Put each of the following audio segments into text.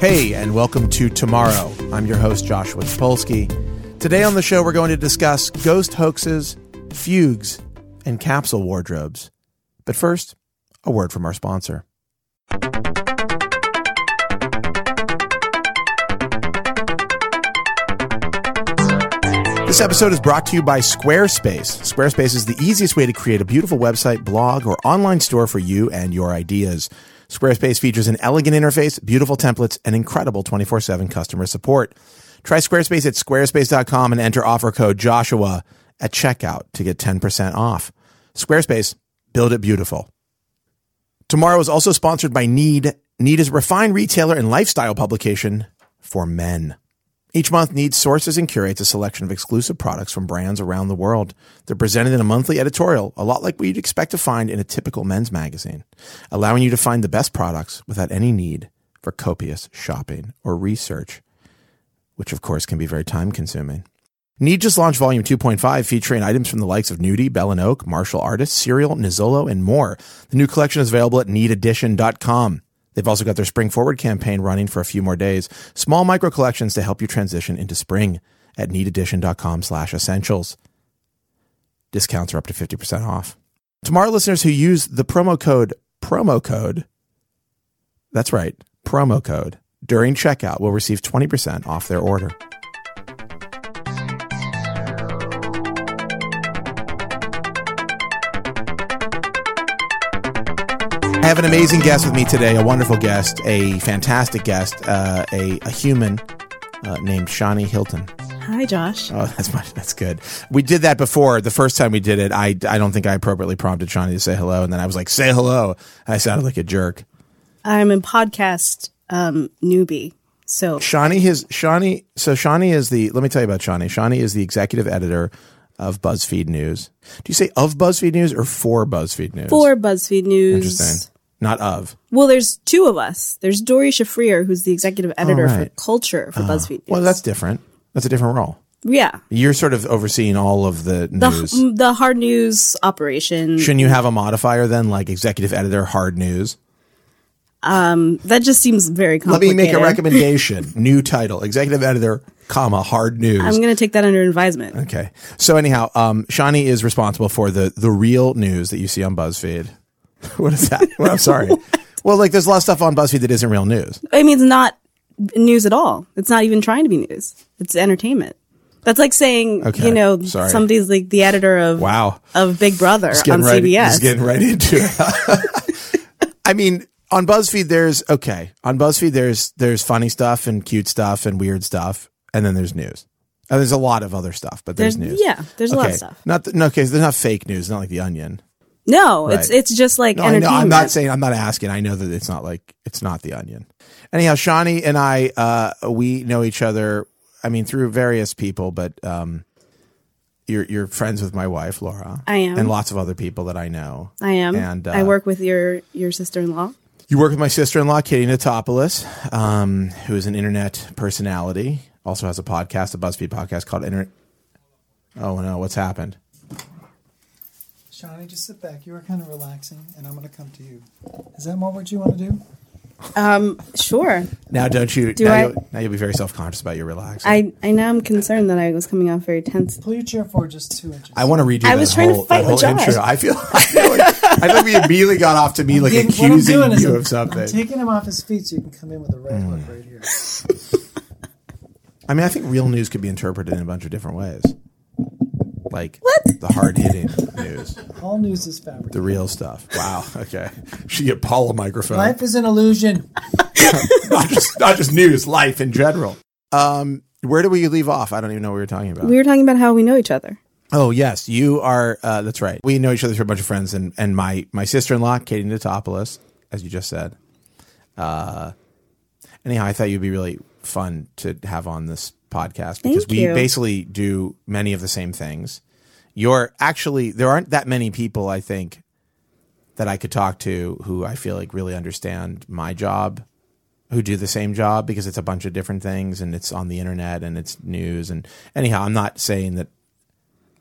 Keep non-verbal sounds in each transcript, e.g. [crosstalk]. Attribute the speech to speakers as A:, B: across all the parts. A: Hey, and welcome to Tomorrow. I'm your host, Joshua Polsky. Today on the show, we're going to discuss ghost hoaxes, fugues, and capsule wardrobes. But first, a word from our sponsor. This episode is brought to you by Squarespace. Squarespace is the easiest way to create a beautiful website, blog, or online store for you and your ideas. Squarespace features an elegant interface, beautiful templates, and incredible 24 7 customer support. Try Squarespace at squarespace.com and enter offer code Joshua at checkout to get 10% off. Squarespace, build it beautiful. Tomorrow is also sponsored by Need. Need is a refined retailer and lifestyle publication for men. Each month, Need sources and curates a selection of exclusive products from brands around the world. They're presented in a monthly editorial, a lot like what you'd expect to find in a typical men's magazine, allowing you to find the best products without any need for copious shopping or research, which of course can be very time consuming. Need just launched Volume 2.5, featuring items from the likes of Nudie, Bell and Oak, Martial Artist, Serial, Nizzolo, and more. The new collection is available at neededition.com. They've also got their Spring Forward campaign running for a few more days. Small micro collections to help you transition into spring at neededition.com slash essentials. Discounts are up to 50% off. Tomorrow listeners who use the promo code, promo code, that's right, promo code, during checkout will receive 20% off their order. I have an amazing guest with me today, a wonderful guest, a fantastic guest, uh, a, a human uh, named Shawnee Hilton.
B: Hi, Josh.
A: Oh, [laughs] that's much, that's good. We did that before. The first time we did it, I, I don't think I appropriately prompted Shawnee to say hello, and then I was like, "Say hello," and I sounded like a jerk.
B: I'm a podcast um, newbie. So,
A: Shawnee his Shawnee. So Shawnee is the. Let me tell you about Shawnee. Shawnee is the executive editor of BuzzFeed News. Do you say of BuzzFeed News or for BuzzFeed News?
B: for BuzzFeed News.
A: Interesting. Not of.
B: Well, there's two of us. There's Dory Shafrir, who's the executive editor
A: right. Uh-huh.
B: for culture for BuzzFeed News.
A: Well, that's different. That's a different role.
B: yeah.
A: You're sort of overseeing all of the
B: The,
A: news.
B: h- the hard news operation.
A: Shouldn't you have a modifier then, like executive editor, hard news?
B: that just seems very
A: Let
B: complicated.
A: me make a recommendation. [laughs] New title, executive editor, comma, hard news.
B: I'm going to take that under advisement.
A: okay. So anyhow, um, Shawnee is responsible for the the real news that you see on BuzzFeed. [laughs] what is that? Well, I'm
B: [laughs]
A: sorry. Well, like there's a lot of stuff on BuzzFeed that isn't real news.
B: I mean, it's not news at all. It's not even trying to be news. It's entertainment. That's like saying,
A: Okay.
B: you know,
A: Sorry.
B: somebody's like the editor of
A: Wow.
B: of Big Brother
A: Just
B: on
A: getting right,
B: CBS.
A: Just getting right into it. [laughs] I mean, on BuzzFeed, there's okay. On BuzzFeed, there's there's funny stuff and cute stuff and weird stuff, and then there's news. And there's a lot of other stuff, but there's,
B: There's-
A: news.
B: yeah, there's a lot of
A: Okay.
B: stuff.
A: Not th- no, okay. There's not fake news. Not like the Onion.
B: No, it's
A: Right.
B: it's just like
A: No, I know,
B: entertainment.
A: I'm not saying I'm not asking. I know that it's not like it's not the Onion. Anyhow, Shawnee and I, uh, we know each other. I mean, through various people, but um, you're you're friends with my wife, Laura.
B: I am.
A: and lots of other people that I know.
B: I am.
A: And, uh,
B: I work with your your sister in law.
A: You work with my sister in law, Katie Natopoulos, um, who is an internet personality, also has a podcast, a BuzzFeed podcast called Internet. Oh, no, what's happened?
C: Shawnee, just sit back. You are kind of relaxing, and I'm going to come to you. Is that more what you want to do?
B: Sure.
A: Now, don't you?
B: Do
A: now,
B: I-
A: you'll, now you'll be very self conscious about your relaxing. I,
B: I I now I'm concerned that I was coming off very tense.
C: Pull your chair forward just two inches.
A: want to redo
B: I
A: that
B: was trying to
A: whole,
B: fight
A: that whole
B: with Josh.
A: intro. I feel, I feel like, I feel like we immediately got off to me like
C: Getting- what I'm
A: accusing
C: doing is
A: you
C: I'm-
A: of something. Mm.
C: I'm taking him off his feet so you can come in with a right hook right here.
A: I mean, I think real news could be interpreted in a bunch of different ways. Like the hard hitting news,
C: All news is fabric.
A: the real stuff. Wow. Okay. [laughs] Should get Paul a microphone.
C: Life is an illusion.
A: [laughs] not just not just news, life in general. Um, where do we leave off? I don't even know what we were talking about.
B: We were talking about how we know each other.
A: oh yes, you are. Uh, that's right. We know each other through a bunch of friends, and and my my sister in law, Katie Natopoulos, as you just said. Uh, anyhow, I thought you'd be really fun to have on this podcast because
B: Thank
A: we
B: you.
A: basically do many of the same things. You're actually there aren't that many people I think that I could talk to who I feel like really understand my job, who do the same job because it's a bunch of different things and it's on the internet and it's news and anyhow, I'm not saying that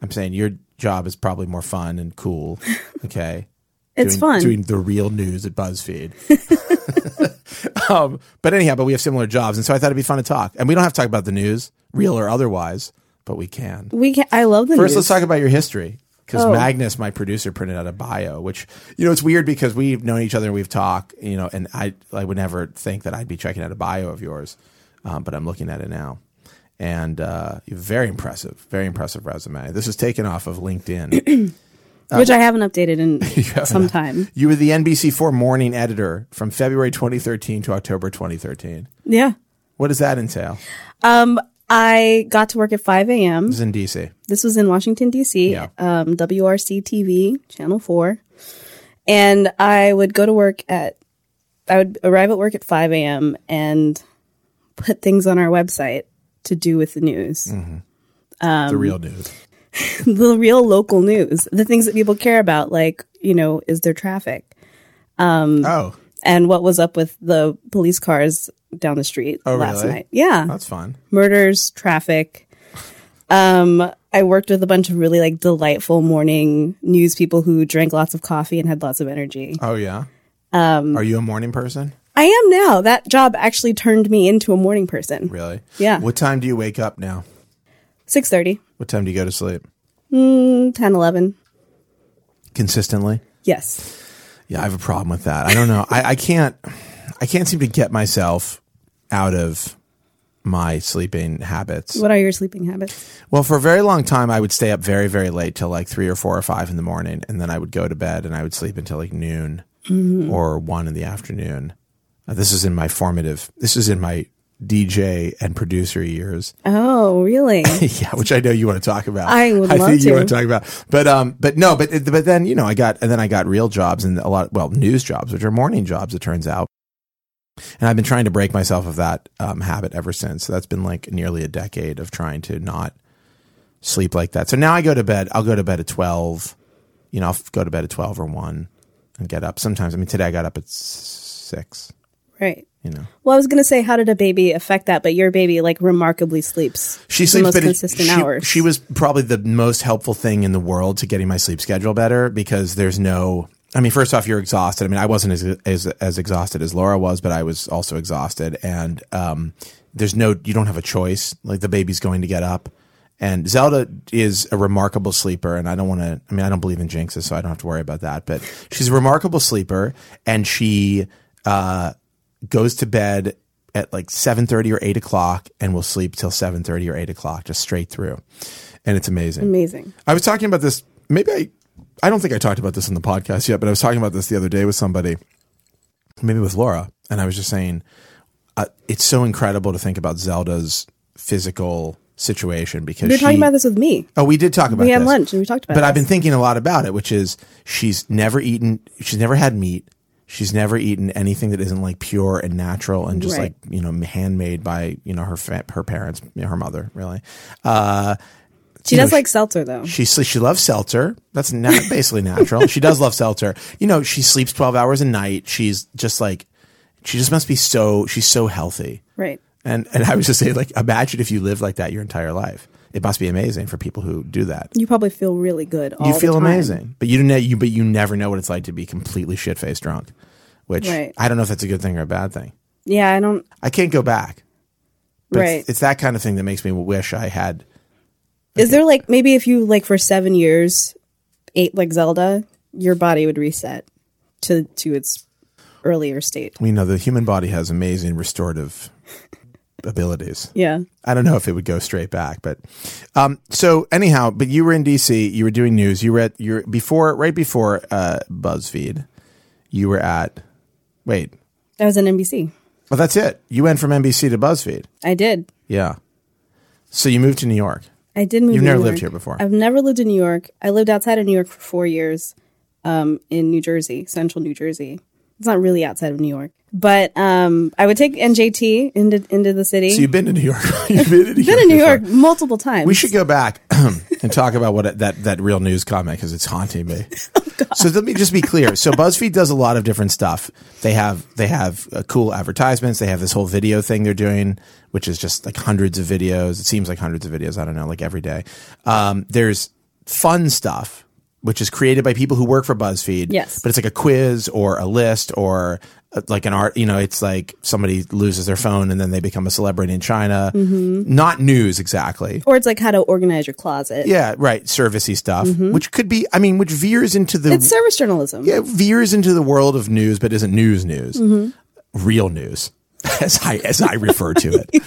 A: I'm saying your job is probably more
B: [laughs]
A: fun and cool. Okay.
B: It's
A: doing,
B: fun.
A: Doing the real news at BuzzFeed. [laughs] um, but anyhow, but we have similar jobs, and so I thought it'd be fun to talk. And we don't have to talk about the news, real or otherwise, but we can.
B: We can, I love the
A: First,
B: news.
A: let's talk about your history because
B: Oh.
A: Magnus, my producer, printed out a bio, which you know it's weird because we've known each other and we've talked, you know, and I I would never think that I'd be checking out a bio of yours, um, but I'm looking at it now, and uh, you're very impressive, very impressive resume. This is taken off of LinkedIn.
B: which I haven't
A: [laughs]
B: updated
A: You
B: in
A: have
B: some
A: enough.
B: time.
A: You were the NBC4 morning editor from February 2013 to October 2013.
B: Yeah.
A: What does that entail?
B: Um, I got to work at 5 a.m.
A: This is in DC.
B: This was in Washington, D.C.,
A: Yeah.
B: um, WRC TV, Channel 4. And I would go to work at, I would arrive at work at 5 a.m. and put things on our website to do with the news.
A: Mm. the real news.
B: [laughs] the real local news, the things that people care about, like, you know, is there traffic?
A: Oh,
B: And what was up with the police cars down the street
A: Oh,
B: last
A: really?
B: night? Yeah.
A: that's fun.
B: Murders, traffic. Um, I worked with a bunch of really like delightful morning news people who drank lots of coffee and had lots of energy.
A: Oh yeah. Are you a morning person?
B: I am now. That job actually turned me into a morning person.
A: Really?
B: Yeah.
A: What time do you wake up now?
B: 6.30,
A: What time do you go to sleep?
B: 10, 11.
A: Consistently?
B: Yes.
A: Yeah, I have a problem with that. I don't know. I, I can't I can't seem to get myself out of my sleeping habits.
B: What are your sleeping habits?
A: Well, for a very long time I would stay up very, very late till like three or four or five in the morning and then I would go to bed and I would sleep until like noon or one in the afternoon. Uh, this is in my formative this is in my DJ and producer years. [coughs]
B: Oh, really?
A: [laughs] yeah, which I know you want to talk about.
B: I would love
A: think you
B: to.
A: want to talk about, but um, but no, but but then you know, I got and then I got real jobs and a lot, well, news jobs, which are morning jobs, it turns out. And I've been trying to break myself of that um, habit ever since. So that's been like nearly a decade of trying to not sleep like that. So now I go to bed. I'll go to bed at twelve. You know, I'll f- go to bed at twelve or one and get up. Sometimes, I mean, today I got up at s- six.
B: right.
A: You know.
B: Well, I was going to say, how did a baby affect that? But your baby like remarkably sleeps.
A: She
B: the
A: sleeps
B: most
A: but it-
B: consistent
A: she,
B: hours.
A: She was probably the most helpful thing in the world to getting my sleep schedule better because there's no. I mean, first off, you're exhausted. I mean, I wasn't as as, as exhausted as Laura was, but I was also exhausted. And um, there's no, you don't have a choice. Like the baby's going to get up. And Zelda is a remarkable sleeper, and I don't want to. I mean, I don't believe in jinxes, so I don't have to worry about that. But she's a remarkable sleeper, and she uh, goes to bed at like 7.30 or 8 o'clock and will sleep till 7.30 or 8 o'clock just straight through and it's amazing
B: Amazing.
A: i was talking about this maybe i i don't think i talked about this on the podcast yet but i was talking about this the other day with somebody maybe with laura and i was just saying uh, it's so incredible to think about zelda's physical situation because
B: We were talking
A: she-
B: about this with me.
A: Oh, we did talk about.
B: We had
A: this.
B: lunch and we talked about
A: But I've
B: this.
A: been thinking a lot about it, which is she's never eaten. She's never had meat. She's never eaten anything that isn't like pure and natural and just
B: Right.
A: like you know handmade by you know her fa- her parents, you know, her mother, really. Uh,
B: She
A: you know,
B: does like seltzer though.
A: she sle- she loves seltzer. That's na- [laughs] basically natural. She does love seltzer. You know, she sleeps twelve hours a night. She's just like, she just must be so she's so healthy.
B: right.
A: And and I was just saying, like, imagine if you lived like that your entire life. It must be amazing for people who do that
B: You probably feel really good. All
A: you
B: the
A: feel
B: time.
A: amazing, but you don't know you but you never know what it's like to be completely shit faced drunk, which
B: Right.
A: I don't know if that's a good thing or a bad thing.
B: Yeah, I don't.
A: I can't go back.
B: right.
A: It's, it's that kind of thing that makes me wish I had.
B: Is there like maybe if you like for seven years ate like Zelda, your body would reset to to its earlier state?
A: We know the human body has amazing restorative abilities.
B: Yeah.
A: I don't know if it would go straight back, but um, so anyhow. But you were in DC. You were doing news. You were at your before right before uh, BuzzFeed. You were at wait.
B: I was in NBC.
A: Well, that's it. You went from NBC to BuzzFeed.
B: I did.
A: Yeah. So you moved to New York.
B: I did move.
A: You've
B: to
A: never
B: New
A: lived
B: York.
A: here before.
B: I've never lived in New York. I lived outside of New York for four years, um, in New Jersey, central New Jersey. It's not really outside of New York, but um, I would take NJT into into the city.
A: So you've been to New York. [laughs] you've been to New
B: been in New
A: before.
B: York multiple times.
A: We should go back [clears throat] and talk about what that that real news comment because it's haunting
B: [laughs]
A: me.
B: Oh,
A: so let me just be clear. So BuzzFeed does a lot of different stuff. They have they have uh, cool advertisements. They have this whole video thing they're doing, which is just like hundreds of videos. It seems like hundreds of videos. I don't know, like every day. Um, there's fun stuff which is created by people who work for BuzzFeed.
B: Yes.
A: But it's like a quiz or a list or uh, like an art, you know, it's like somebody loses their phone and then they become a celebrity in China.
B: Mm-hmm.
A: Not news exactly.
B: Or it's like how to organize your closet.
A: Yeah, right. Servicey stuff, which could be, I mean, which veers into the
B: Mm-hmm. It's service journalism.
A: it veers into the world of news, but isn't news news.
B: Mm-hmm.
A: Real news, [laughs] as I as I refer to
B: [laughs]
A: it.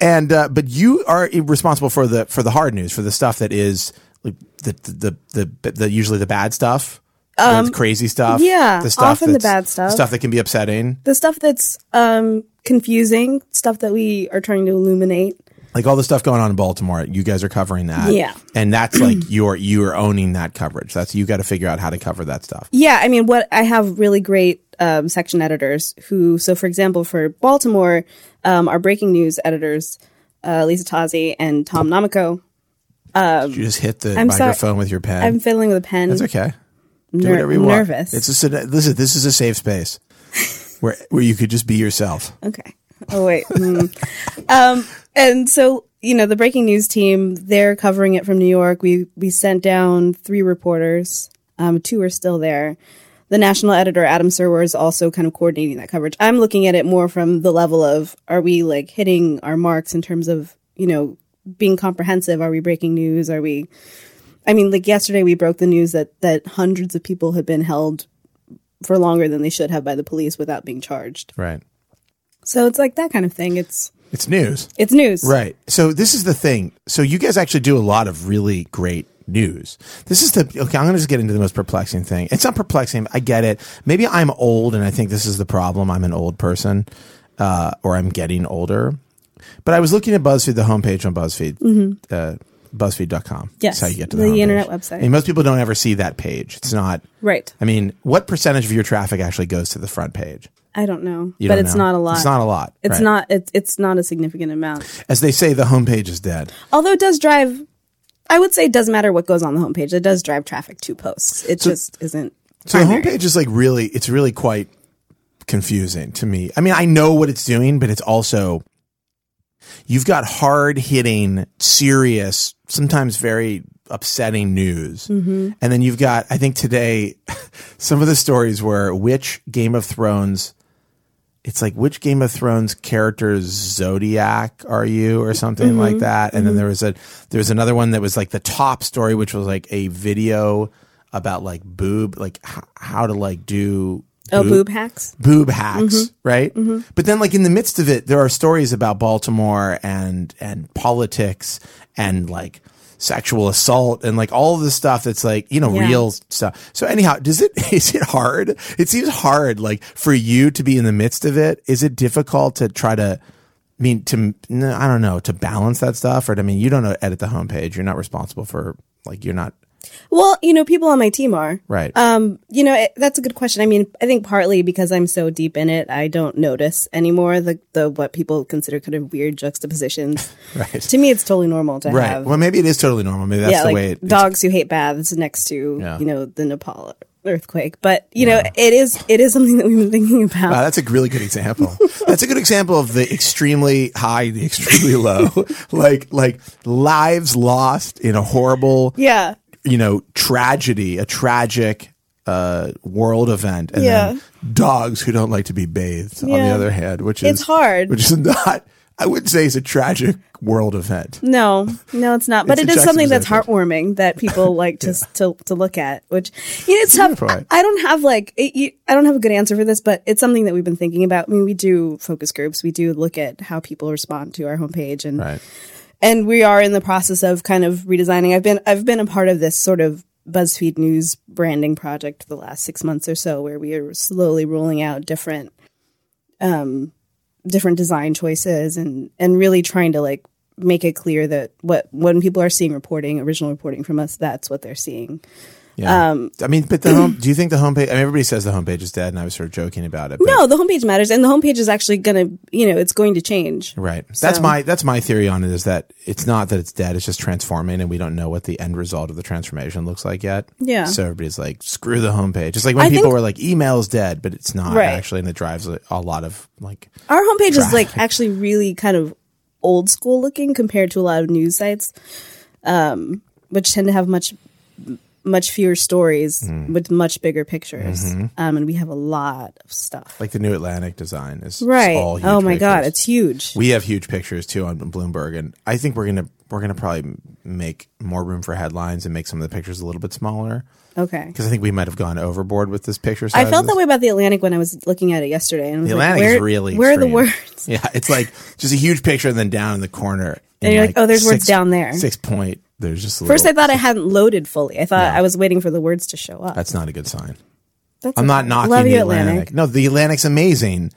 A: And uh, but you are responsible for the for the hard news, for the stuff that is like the the the, the, the usually the bad stuff, the crazy stuff.
B: Um, yeah, often the
A: that's-
B: bad stuff.
A: stuff that can be upsetting,
B: The stuff that's um, confusing, stuff that we are trying to illuminate.
A: like all the stuff going on in Baltimore. You guys are covering that,
B: Yeah.
A: And that's
B: [clears throat]
A: like you're you're owning that coverage. That's you got to figure out how to cover that stuff.
B: Yeah, I mean, what I have really great um, section editors who, so for example, for Baltimore, um, our breaking news editors, uh, Lisa Tazi and Tom Namiko.
A: you just hit the
B: I'm sorry-
A: microphone with your pen.
B: I'm fiddling with a pen.
A: It's okay. Do
B: Ner-
A: whatever you want.
B: nervous.
A: It's a sen- this is this is a safe space where where you could just be yourself.
B: Okay. Oh wait. Hmm. um, and so you know the breaking news team, they're covering it from New York. We we sent down three reporters. Um, two are still there. The national editor Adam Serwer is also kind of coordinating that coverage. I'm looking at it more from the level of are we like hitting our marks in terms of you know being comprehensive? Are we breaking news? Are we? I mean, like yesterday we broke the news that that hundreds of people had been held for longer than they should have by the police without being charged.
A: Right.
B: So it's like that kind of thing. It's
A: It's news.
B: it's news.
A: Right. So this is the thing. So you guys actually do a lot of really great news. This is the okay. I'm going to just get into the most perplexing thing. It's not perplexing. I get it. Maybe I'm old, and I think this is the problem. I'm an old person, uh, or I'm getting older. But I was looking at BuzzFeed, the homepage on BuzzFeed, uh, BuzzFeed.com.
B: Mm-hmm.
A: That's
B: Yes.
A: how you get to the,
B: The
A: homepage.
B: internet website.
A: And most people don't ever see that page. It's not.
B: Right.
A: I mean, what percentage of your traffic actually goes to the front page?
B: I don't know.
A: You
B: but
A: don't
B: it's
A: know.
B: not a lot.
A: It's not a lot.
B: It's
A: right.
B: not it's it's not a significant amount.
A: As they say, the homepage is dead.
B: Although it does drive I would say it does matter what goes on the homepage. It does drive traffic to posts. It just isn't
A: So
B: primary.
A: the homepage is like really, it's really quite confusing to me. I mean, I know what it's doing, but it's also, you've got hard hitting, serious, sometimes very upsetting news. And then you've got, I think today, [laughs] some of the stories were which Game of Thrones. It's like which Game of Thrones character's zodiac are you, or something like that. And then there was a there was another one that was like the top story, which was like a video about like boob, like h- how to like do
B: Oh, boob hacks?
A: boob hacks,
B: Mm-hmm.
A: right? But then, like in the midst of it, there are stories about Baltimore and and politics and like sexual assault and like all of the stuff that's like you know
B: Yeah.
A: real stuff. So anyhow, does it [laughs] is it hard? It seems hard, like for you to be in the midst of it. Is it difficult to try to? I mean, to no, I don't know to balance that stuff, or I mean, you don't know, edit the homepage. You're not responsible for like you're not
B: Well, you know, people on my team are.
A: right.
B: Um, you know, it, that's a good question. I mean, I think partly because I'm so deep in it, I don't notice anymore the the what people consider kind of weird juxtapositions.
A: [laughs] Right.
B: To me, it's totally normal to
A: Right.
B: have
A: Well, maybe it is totally normal. Maybe that's
B: yeah,
A: the
B: like
A: way it,
B: dogs who hate baths next to
A: Yeah.
B: you know the Nepal earthquake. But you know it is it is something that we've been thinking about.
A: Wow, that's a really good example. that's a good example of the extremely high, the extremely low,
B: [laughs]
A: like like lives lost in a horrible,
B: yeah,
A: you know, tragedy, a tragic uh, world event, and then dogs who don't like to be bathed. On the
B: Yeah.
A: other hand, which is
B: It's hard.
A: which is not. I would say it's a tragic world event.
B: no, no, it's not. But
A: It's
B: it's
A: a
B: something that's
A: juxtaposition.
B: heartwarming that
A: [laughs]
B: people like to to to look at. Which you know, it's tough.
A: Beautiful.
B: I, I don't have like it, you, I don't have a good answer for this, but it's something that we've been thinking about. I mean, we do focus groups. We do look at how people respond to our homepage and.
A: Right.
B: and we are in the process of kind of redesigning. I've been I've been a part of this sort of BuzzFeed News branding project for the last six months or so, where we are slowly rolling out different, um, different design choices and and really trying to like make it clear that what when people are seeing reporting, original reporting from us, that's what they're seeing.
A: Yeah.
B: Um,
A: I mean, but the
B: [clears throat]
A: home, do you think the homepage? I mean, everybody says the homepage is dead, and I was sort of joking about it. But
B: No, the homepage matters, and the homepage is actually gonna you know it's going to change.
A: Right. That's
B: So-
A: my that's my theory on it is that it's not that it's dead, it's just transforming and we don't know what the end result of the transformation looks like yet.
B: Yeah.
A: So everybody's like, screw the homepage. It's like when
B: I
A: people
B: think-
A: were like, email's dead, but it's not
B: Right.
A: actually and it drives a, a lot of like
B: Our homepage is
A: Traffic.
B: like actually really kind of old school looking compared to a lot of news sites, um, which tend to have much much fewer stories
A: Hmm.
B: with much bigger pictures. Um, and we have a lot of stuff.
A: Mm-hmm. Like the New Atlantic design is is
B: right.
A: all huge
B: Oh my God.
A: pictures.
B: It's huge.
A: we have huge pictures too on Bloomberg, and I think we're gonna we're gonna probably m- make more room for headlines and make some of the pictures a little bit smaller
B: okay.
A: because I think we might have gone overboard with this picture.
B: I felt
A: sizes.
B: that way about the Atlantic when I was looking at it yesterday. And I was
A: The
B: like,
A: Atlantic
B: where,
A: is really
B: where are the
A: extreme. [laughs]
B: words?
A: Yeah, it's like just a huge picture, and then down in the corner,
B: And you're like, oh, there's words down there.
A: Six point. There's just a
B: First, I
A: little,
B: thought I hadn't loaded fully. I thought I was waiting for the words to show up.
A: that's not a good sign.
B: That's
A: I'm not
B: okay.
A: knocking
B: Love
A: the
B: you,
A: Atlantic. No, the Atlantic's amazing,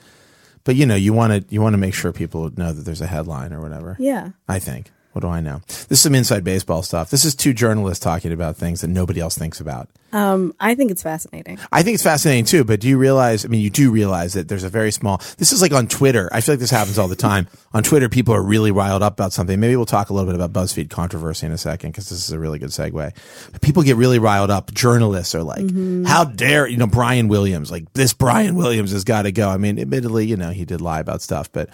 A: but you know, you want to you want to make sure people know that there's a headline or whatever.
B: Yeah.
A: I think. What do I know? This is some inside baseball stuff. This is two journalists talking about things that nobody else thinks about.
B: Um, I think it's fascinating.
A: I think it's fascinating too, but do you realize? I mean, you do realize that there's a very small. This is like on Twitter. I feel like this happens all the time. [laughs] on Twitter, people are really riled up about something. Maybe we'll talk a little bit about BuzzFeed controversy in a second because this is a really good segue. But people get really riled up. Journalists are like, "How dare you know Brian Williams? Like this Brian Williams has got to go." I mean, admittedly, you know, he did lie about stuff, but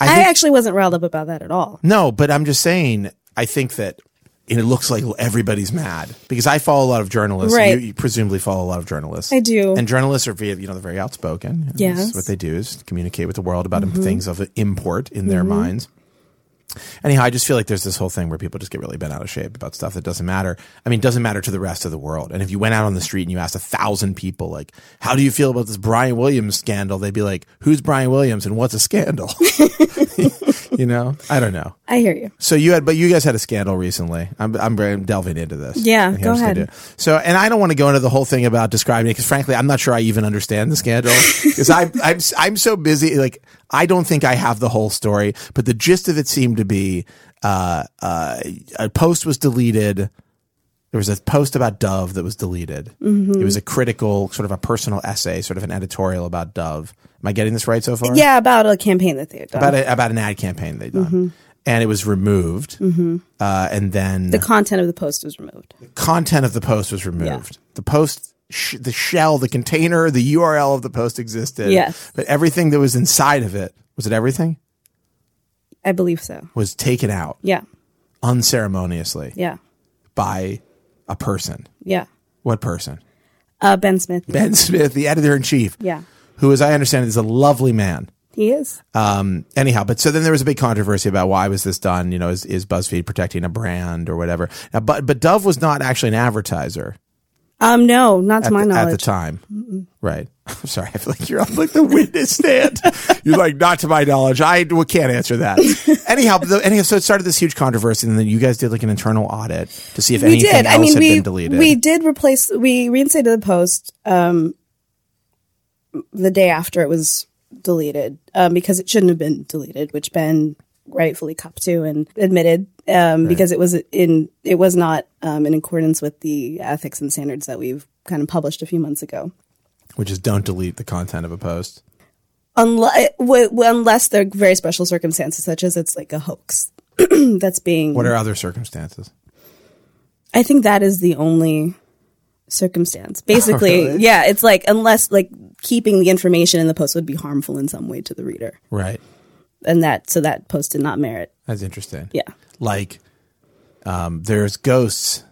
B: I,
A: think-
B: actually wasn't riled up about that at all.
A: no, but I'm just saying, I think that and it looks like everybody's mad because I follow a lot of journalists. and
B: Right.
A: You, you presumably follow a lot of journalists.
B: I do.
A: And journalists are, very- you know, they're very outspoken. And that's
B: Yes. Mm-hmm.
A: What they do is communicate with the world about things of import in their minds. Anyhow, I just feel like there's this whole thing where people just get really bent out of shape about stuff that doesn't matter. I mean, it doesn't matter to the rest of the world. And if you went out on the street and you asked a thousand people, like, how do you feel about this Brian Williams scandal? They'd be like, who's Brian Williams and what's a scandal? [laughs] you know, I don't know.
B: I hear you.
A: So you had, but you guys had a scandal recently. I'm, I'm, I'm delving into this.
B: Yeah,
A: I think I'm
B: go
A: just gonna
B: ahead.
A: do it. So, and I don't want to go into the whole thing about describing it because, frankly, I'm not sure I even understand the
B: [laughs]
A: scandal because I'm, I'm, I'm so busy. Like, I don't think I have the whole story, but the gist of it seemed to be, uh, uh, a post was deleted. There was a post about Dove that was deleted.
B: Mm-hmm.
A: It was a critical, sort of a personal essay, sort of an editorial about Dove. Am I getting this right so far?
B: Yeah, about a campaign that they had done.
A: about a, about an ad campaign they'd done,
B: Mm-hmm.
A: and it was removed. Uh, and then
B: the
A: the
B: content of the post was removed.
A: content of the post was removed. The post, sh- the shell, the container, the URL of the post existed.
B: Yes.
A: but everything that was inside of it was it everything
B: I believe so.
A: was taken out
B: Yeah.
A: unceremoniously
B: Yeah.
A: by a person.
B: Yeah.
A: What person?
B: Uh, ben Smith.
A: Ben Smith, the editor in chief.
B: Yeah.
A: who, as I understand it, is a lovely man.
B: He is.
A: Um, anyhow, but so then there was a big controversy about why was this done? You know, is, is BuzzFeed protecting a brand or whatever? Now, but but Dove was not actually an advertiser
B: Um, no, not to
A: at,
B: my
A: the, at the
B: knowledge.
A: time, right? [laughs] I'm sorry, I feel like you're on like the witness stand. [laughs] you're like, not to my knowledge. I w- can't answer
B: [laughs]
A: that. anyhow, but the, anyhow, so it started this huge controversy, and then you guys did like an internal audit to see if
B: we
A: anything
B: did.
A: else
B: I mean,
A: had
B: we
A: been deleted.
B: we did replace. We reinstated the post um, the day after it was deleted um, because it shouldn't have been deleted, which Ben rightfully copped to and admitted um, because it was in it was not um, in accordance with the ethics and standards that we've kind of published a few months ago.
A: which is don't delete the content of a post.
B: Unless, w- w- unless there are very special circumstances, such as it's like a hoax [clears throat] that's being
A: What are other circumstances?
B: I think that is the only circumstance. Basically,
A: Oh, really?
B: yeah, it's like unless like keeping the information in the post would be harmful in some way to the reader.
A: Right.
B: And that so that post did not merit.
A: That's interesting.
B: Yeah.
A: like um, there's ghosts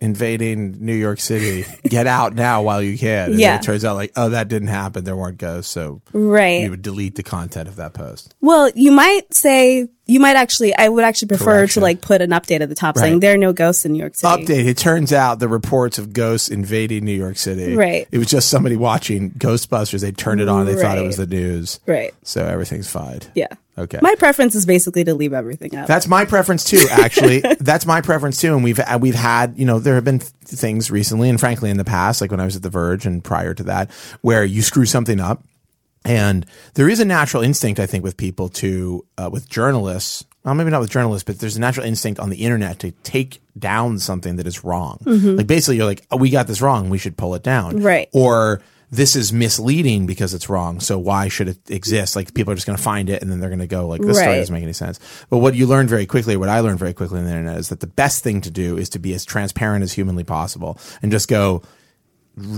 A: invading New York City. Get out now while you can. And
B: Yeah.
A: It turns out like, oh, that didn't happen. There weren't ghosts, so
B: Right.
A: you would delete the content of that post.
B: well, you might say you might actually I would actually prefer
A: Correction.
B: to like put an update at the top
A: Right.
B: saying there are no ghosts in New York City.
A: Update. It turns out the reports of ghosts invading New York City.
B: Right.
A: It was just somebody watching Ghostbusters. They turned it on. They thought it
B: Right.
A: was the news.
B: Right.
A: So everything's fine.
B: Yeah.
A: Okay.
B: My preference is basically to leave everything up.
A: That's my preference too. Actually, that's my preference too. And we've uh, we've had you know there have been th- things recently and frankly in the past, like when I was at The Verge and prior to that, where you screw something up, and there is a natural instinct I think with people to uh, with journalists. Well, maybe not with journalists, but there's a natural instinct on the internet to take down something that is wrong. Like basically, you're like, oh, we got this wrong. We should pull it down.
B: Right.
A: Or this is misleading because it's wrong. So why should it exist? Like people are just going to find it and then they're going to go like, this story
B: Right.
A: doesn't make any sense. But what you learn very quickly, what I learned very quickly on the internet is that the best thing to do is to be as transparent as humanly possible and just go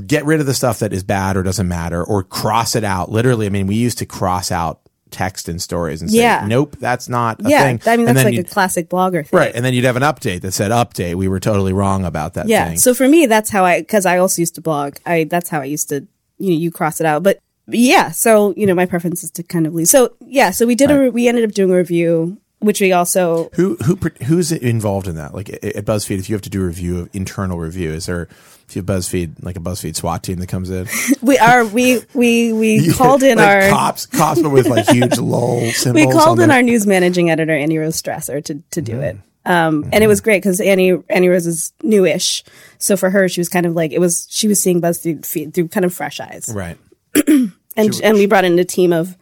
A: get rid of the stuff that is bad or doesn't matter or cross it out. Literally, I mean, we used to cross out text and stories and say,
B: Yeah.
A: nope, that's not a
B: yeah,
A: thing.
B: I mean
A: And
B: that's
A: then
B: like a
A: you'd-
B: classic blogger thing.
A: Right. And then you'd have an update that said, update, we were totally wrong about that
B: Yeah.
A: thing.
B: So for me, that's how I because I also used to blog. I that's how I used to you know you cross it out. But yeah, so you know my preference is to kind of leave. So yeah, so we did a we ended up doing a review, which we also [laughs]
A: who who pr- who's involved in that? Like at at BuzzFeed, if you have to do a review of internal review, is there if you have BuzzFeed like a BuzzFeed SWAT team that comes in?
B: we are we
A: [laughs]
B: we we called in
A: Like
B: our
A: cops, cops, but with
B: [laughs]
A: like huge lol
B: we
A: symbols.
B: called
A: on
B: in
A: them.
B: our news managing editor Annie Rose Strasser to to do it. Um, and
A: Mm-hmm.
B: it was great because Annie Annie Rose is newish, so for her she was kind of like it was she was seeing BuzzFeed feed through kind of fresh eyes.
A: [laughs] right.
B: and and we brought in a team of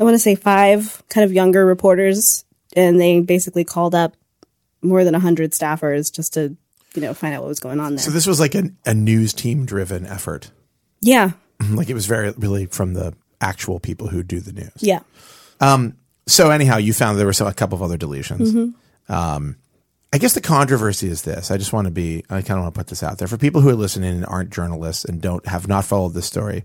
B: I want to say five kind of younger reporters, and they basically called up more than hundred staffers just to you know find out what was going on there.
A: So this was like an, a news team driven effort. [clears throat]
B: yeah,
A: Like it was very really from the actual people who do the news.
B: yeah,
A: So anyhow, you found there were some, a couple of other deletions. Um,
B: Mm-hmm.
A: I guess the controversy is this. I just want to be. I kind of want to put this out there for people who are listening and aren't journalists and don't have not followed this story.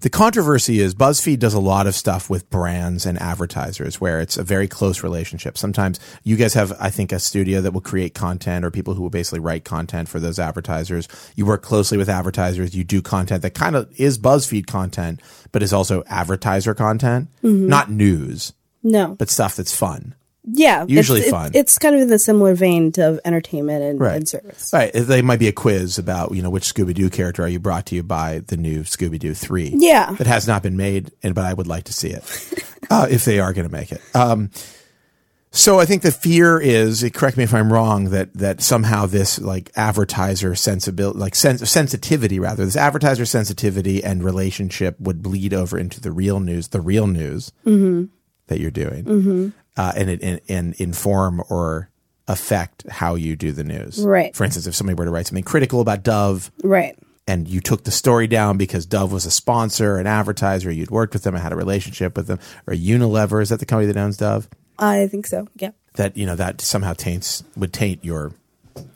A: The controversy is BuzzFeed does a lot of stuff with brands and advertisers where it's a very close relationship. Sometimes you guys have, I think, a studio that will create content or people who will basically write content for those advertisers. You work closely with advertisers. You do content that kind of is BuzzFeed content, but is also advertiser content, not news,
B: no,
A: but stuff that's fun.
B: yeah.
A: usually
B: it's, it-
A: fun.
B: it's kind of in the similar vein to of entertainment and,
A: Right.
B: and service.
A: Right. They might be a quiz about, you know, which Scooby Doo character are you brought to you by the new Scooby Doo 3.
B: Yeah.
A: That has not been made, and but I would like to see it [laughs] uh, if they are going to make it. Um, so I think the fear is, correct me if I'm wrong, that, that somehow this like advertiser sensibility, like sens- sensitivity rather, this advertiser sensitivity and relationship would bleed over into the real news, the real news that you're doing,
B: Mm-hmm.
A: uh, and it and, and inform or affect how you do the news.
B: Right.
A: For instance, if somebody were to write something critical about Dove,
B: Right.
A: and you took the story down because Dove was a sponsor, an advertiser, you'd worked with them, and had a relationship with them, or Unilever is that the company that owns Dove?
B: I think so. Yeah.
A: That you know that somehow taints would taint your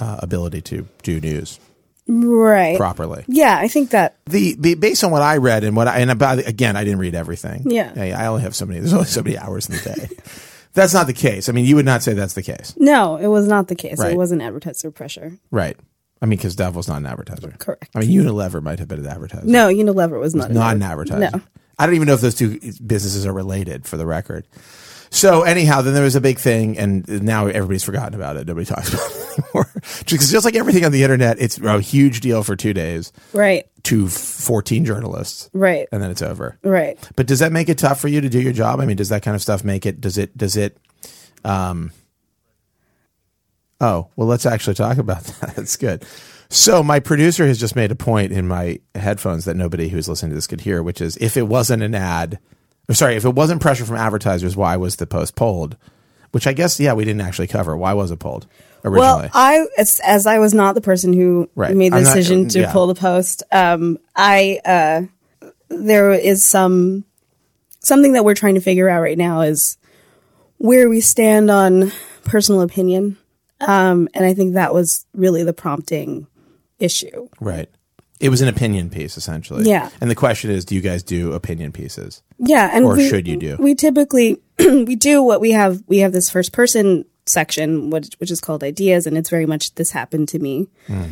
A: uh, ability to do news
B: Right.
A: properly.
B: Yeah, I think that.
A: The, the based on what I read and what I and about again, I didn't read everything.
B: Yeah.
A: I, I only have so many. There's only so many hours in the day. [laughs] that's not the case. I mean, you would not say that's the case,
B: No, it was not the case.
A: Right.
B: It wasn't advertiser pressure.
A: right? I mean, because Dove was not an advertiser.
B: Correct.
A: I mean, Unilever might have been an advertiser.
B: No, Unilever was not.
A: not an
B: adver-
A: advertiser.
B: No.
A: I don't even know if those two businesses are related for the record. So anyhow, then there was a big thing, and now everybody's forgotten about it. Nobody [laughs] talks about it anymore. Because just like everything on the internet, it's a huge deal for two days
B: Right.
A: to 14 journalists,
B: Right.
A: and then it's over.
B: Right.
A: But does that make it tough for you to do your job? I mean, does that kind of stuff make it? Does it? Does it? Um. Oh well, let's actually talk about [laughs] that. That's good. So my producer has just made a point in my headphones that nobody who's listening to this could hear, which is if it wasn't an ad, or sorry, if it wasn't pressure from advertisers, why was the post polled? Which I guess, yeah, we didn't actually cover. Why was it polled originally?
B: Well, I as, as I was not the person who
A: Right.
B: made the
A: I'm not-
B: decision to
A: yeah.
B: pull the post. Um, I uh, there is some something that we're trying to figure out right now is where we stand on personal opinion, um, and I think that was really the prompting issue.
A: right. It was an opinion piece essentially.
B: Yeah.
A: And the question is, do you guys do opinion pieces?
B: Yeah, and
A: Or
B: we-
A: should you do?
B: We typically [clears throat] we do what we have. We have this first person section, which which is called ideas, and it's very much this happened to me.
A: Hmm.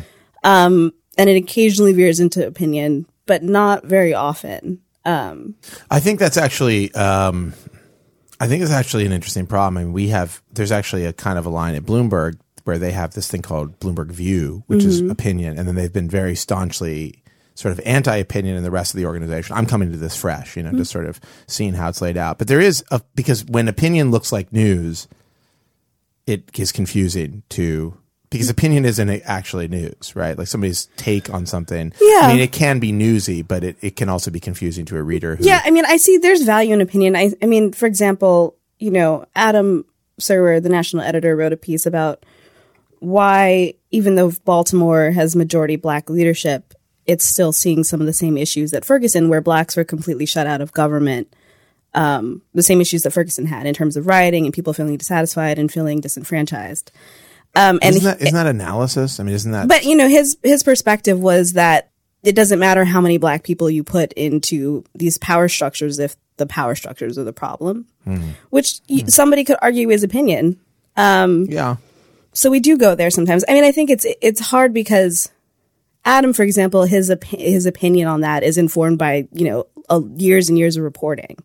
B: Um, and it occasionally veers into opinion, but not very often.
A: I think that's actually, um, I think it's actually an interesting problem. I mean, we have there's actually a kind of a line at Bloomberg where they have this thing called Bloomberg View, which is opinion, and then they've been very staunchly sort of anti-opinion in the rest of the organization. I'm coming to this fresh, you know, just sort of seeing how it's laid out. But there is a because when opinion looks like news, it is confusing to because opinion isn't actually news, right? Like somebody's take on something.
B: Yeah.
A: I mean, it can be newsy, but it, it can also be confusing to a reader who
B: Yeah, I mean, I see there's value in opinion. I, I mean, for example, you know, Adam Serwer, the national editor, wrote a piece about why, even though Baltimore has majority black leadership, it's still seeing some of the same issues that Ferguson, where blacks were completely shut out of government. Um, the same issues that Ferguson had in terms of rioting and people feeling dissatisfied and feeling disenfranchised. Um, and
A: isn't that, isn't that analysis? I mean, isn't that
B: but you know his his perspective was that it doesn't matter how many black people you put into these power structures if the power structures are the problem, which y somebody could argue is opinion.
A: Yeah.
B: So we do go there sometimes. I mean, I think it's it's hard because Adam, for example, his op- his opinion on that is informed by you know a, years and years of reporting,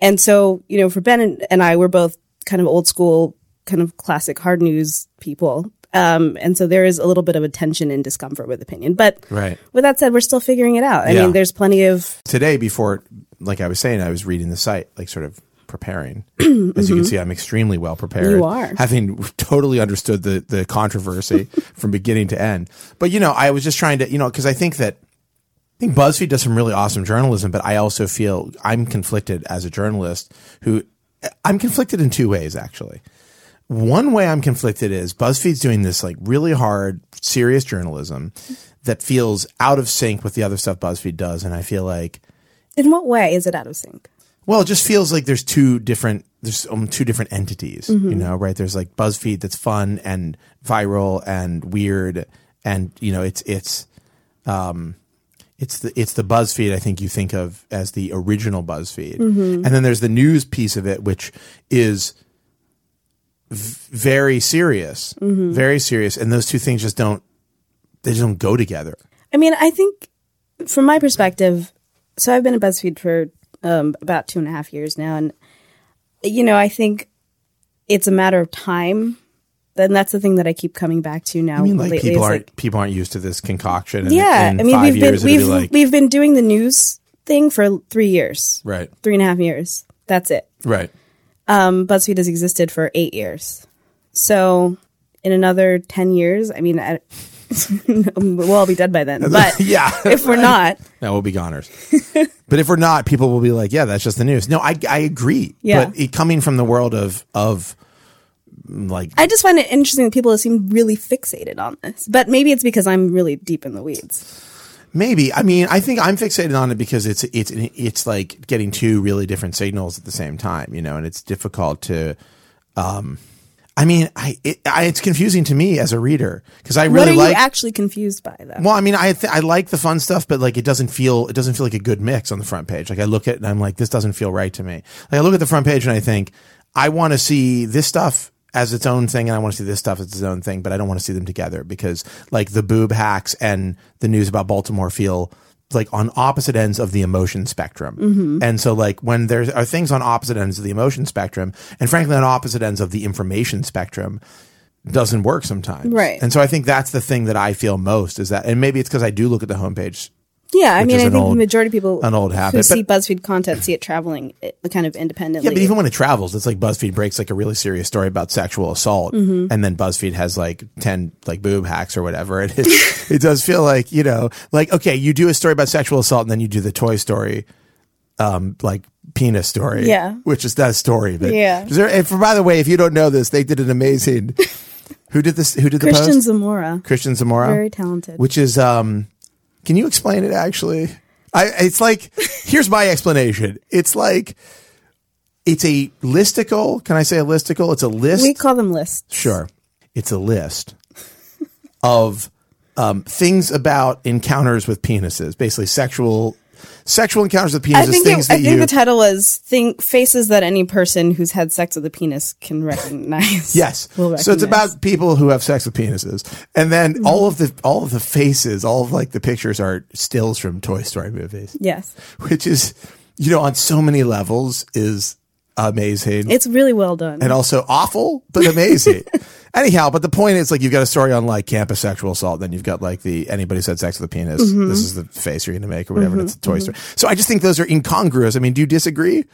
B: and so you know for Ben and, and I, we're both kind of old school, kind of classic hard news people, um, and so there is a little bit of a tension and discomfort with opinion. But
A: Right.
B: with that said, we're still figuring it out. I
A: Yeah.
B: mean, there's plenty of
A: Today, before, like I was saying, I was reading the site, like sort of
B: [clears throat]
A: preparing. As you can see, I'm extremely well prepared.
B: Mm-hmm. You are.
A: Having [laughs] totally understood the, the controversy from beginning to end. But, you know, I was just trying to, you know, because I think that I think BuzzFeed does some really awesome journalism, but I also feel I'm conflicted as a journalist who I'm conflicted in two ways, actually. One way I'm conflicted is BuzzFeed's doing this like really hard, serious journalism that feels out of sync with the other stuff BuzzFeed does. And I feel like,
B: in what way is it out of sync?
A: well, it just feels like there's two different, there's um, two different entities, you
B: Mm-hmm.
A: know, right? There's like BuzzFeed that's fun and viral and weird. And, you know, it's, it's, um, it's the it's the BuzzFeed I think you think of as the original BuzzFeed, and
B: Mm-hmm.
A: then there's the news piece of it, which is v- very serious,
B: Mm-hmm.
A: very serious, and those two things just don't they just don't go together.
B: I mean, I think from my perspective, so I've been at BuzzFeed for um, about two and a half years now, and you know, I think it's a matter of time. Then that's the thing that I keep coming back to now.
A: I mean, like
B: lately.
A: people
B: is,
A: aren't
B: like-
A: people aren't used to this concoction. And
B: yeah,
A: in
B: I mean,
A: five
B: we've
A: years
B: been
A: it'll
B: we've
A: be like
B: we've been doing the news thing for three years,
A: right,
B: three and a half years. That's it.
A: right,
B: Um, BuzzFeed has existed for eight years, so in another ten years, I mean, I, [laughs] we'll all be dead
A: [laughs]
B: by then. But
A: yeah.
B: if we're not,
A: No, we'll be
B: [laughs]
A: goners. but if we're not, people will be like, yeah, that's just the news. No, I I agree.
B: Yeah.
A: but it, coming from the world of of like
B: I just find it interesting that people seem really fixated on this, but maybe it's because I'm really deep in the weeds.
A: Maybe. I mean, I think I'm fixated on it because it's it's it's like getting two really different signals at the same time, you know, and it's difficult to um I mean, I, it, I it's confusing to me as a reader because I
B: what
A: really
B: are
A: like
B: you actually confused by, though?
A: well, I mean, I th- I like the fun stuff, but like it doesn't feel it doesn't feel like a good mix on the front page. Like I look at it and I'm like, this doesn't feel right to me. Like I look at the front page and I think I want to see this stuff as its own thing, and I want to see this stuff as its own thing, but I don't want to see them together because like the boob hacks and the news about Baltimore feel like on opposite ends of the emotion spectrum. And so like when there are things on opposite ends of the emotion spectrum and frankly on opposite ends of the information spectrum, doesn't work sometimes.
B: Right.
A: And so I think that's the thing that I feel most is that, and maybe it's because I do look at the homepage.
B: Yeah, I
A: Which
B: mean,
A: is
B: I
A: an
B: think
A: old-
B: the majority of people
A: an old habit,
B: who
A: but-
B: see BuzzFeed content see it traveling eh, kind of independently.
A: Yeah, but even when it travels, it's like BuzzFeed breaks like a really serious story about sexual assault,
B: Mm-hmm.
A: and then BuzzFeed has like ten like boob hacks or whatever. And it
B: [laughs]
A: it does feel like you know, like okay, you do a story about sexual assault, and then you do the Toy Story, um, like penis story.
B: Yeah.
A: which is that story. But
B: Yeah.
A: is there, and for by the way, if you don't know this, they did an
B: [laughs]
A: amazing. Who did this? Who did the
B: Christian
A: post?
B: Zamora,
A: Christian Zamora.
B: very talented.
A: which is um can you explain it actually i it's like [laughs] here's my explanation it's like it's a listicle can i say a listicle it's a list
B: we call them lists.
A: sure it's a list [laughs] of um things about encounters with penises basically sexual sexual encounters with
B: I
A: penises
B: think
A: things
B: it,
A: that
B: I think
A: you
B: the title was "Think Faces That Any Person Who's Had Sex with a Penis Can
A: [laughs]
B: Recognize."
A: Yes.
B: will
A: So it's
B: recognize.
A: about people who have sex with penises. And then all of the all of the faces, all of like the pictures are stills from Toy Story movies.
B: yes,
A: which is, you know, on so many levels is amazing
B: it's really well done.
A: and also awful, but amazing. Anyhow, but the point is like you've got a story on like campus sexual assault, then you've got like the anybody's had sex with a penis. This is the face you're gonna make or whatever. and It's a toy story. So I just think those are incongruous. I mean, do you disagree?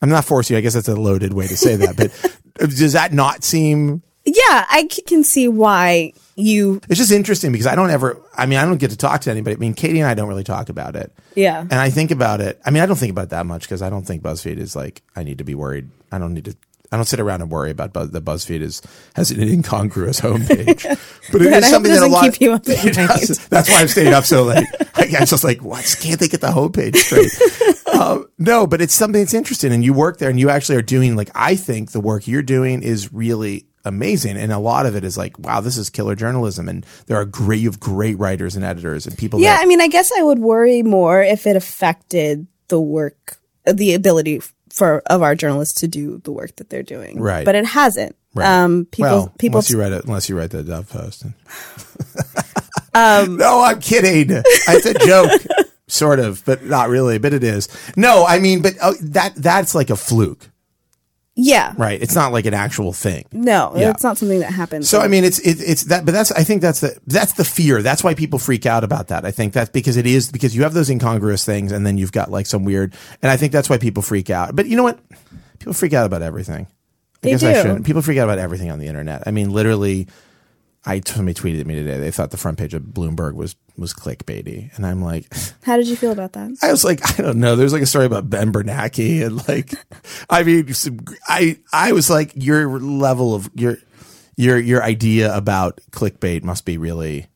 A: I'm not forcing you. I guess that's a loaded way to say that, but does that not seem
B: yeah, I c- can see why you.
A: it's just interesting because I don't ever I mean I don't get to talk to anybody. I mean Katie and I don't really talk about it.
B: Yeah,
A: And I think about it. I mean, I don't think about it that much because I don't think BuzzFeed is like I need to be worried. I don't need to. I don't sit around and worry about Buzz, that BuzzFeed is has an incongruous
B: [laughs]
A: homepage. But it
B: Good. I
A: is
B: hope
A: something that a
B: doesn't
A: lot.
B: keep you up
A: [laughs]
B: at
A: It does. That's why I'm staying up so late. I, I'm just like, what? Can't they get the homepage straight? um, no, but it's something that's interesting, and you work there, and you actually are doing like I think the work you're doing is really amazing, and a lot of it is like, wow, this is killer journalism, and there are great you have great writers and editors and people.
B: Yeah,
A: that,
B: I mean, I guess I would worry more if it affected the work, the ability for of our journalists to do the work that they're doing.
A: Right.
B: But it hasn't.
A: Right.
B: Um, people,
A: well,
B: people,
A: unless you write it, unless you write that Dove post. [laughs]
B: Um,
A: no, I'm kidding. It's a
B: [laughs]
A: joke, sort of, but not really. But it is. No, I mean, but oh, that that's like a fluke,
B: yeah,
A: right? It's not like an actual thing.
B: no,
A: Yeah.
B: it's not something that happens.
A: So I mean, it's it, it's that, but that's I think that's the that's the fear. That's why people freak out about that. I think that's because it is because you have those incongruous things, and then you've got like some weird. And I think that's why people freak out. But you know what? People freak out about everything. I
B: They
A: guess I
B: do.
A: shouldn't. People freak out about everything on the internet. I mean, literally, I somebody tweeted at me today. They thought the front page of Bloomberg was was clickbaity, and I'm like,
B: how did you feel about that?
A: I was like, I don't know. There's like a story about Ben Bernanke, and like, I mean, some, I I was like, your level of your your your idea about clickbait must be really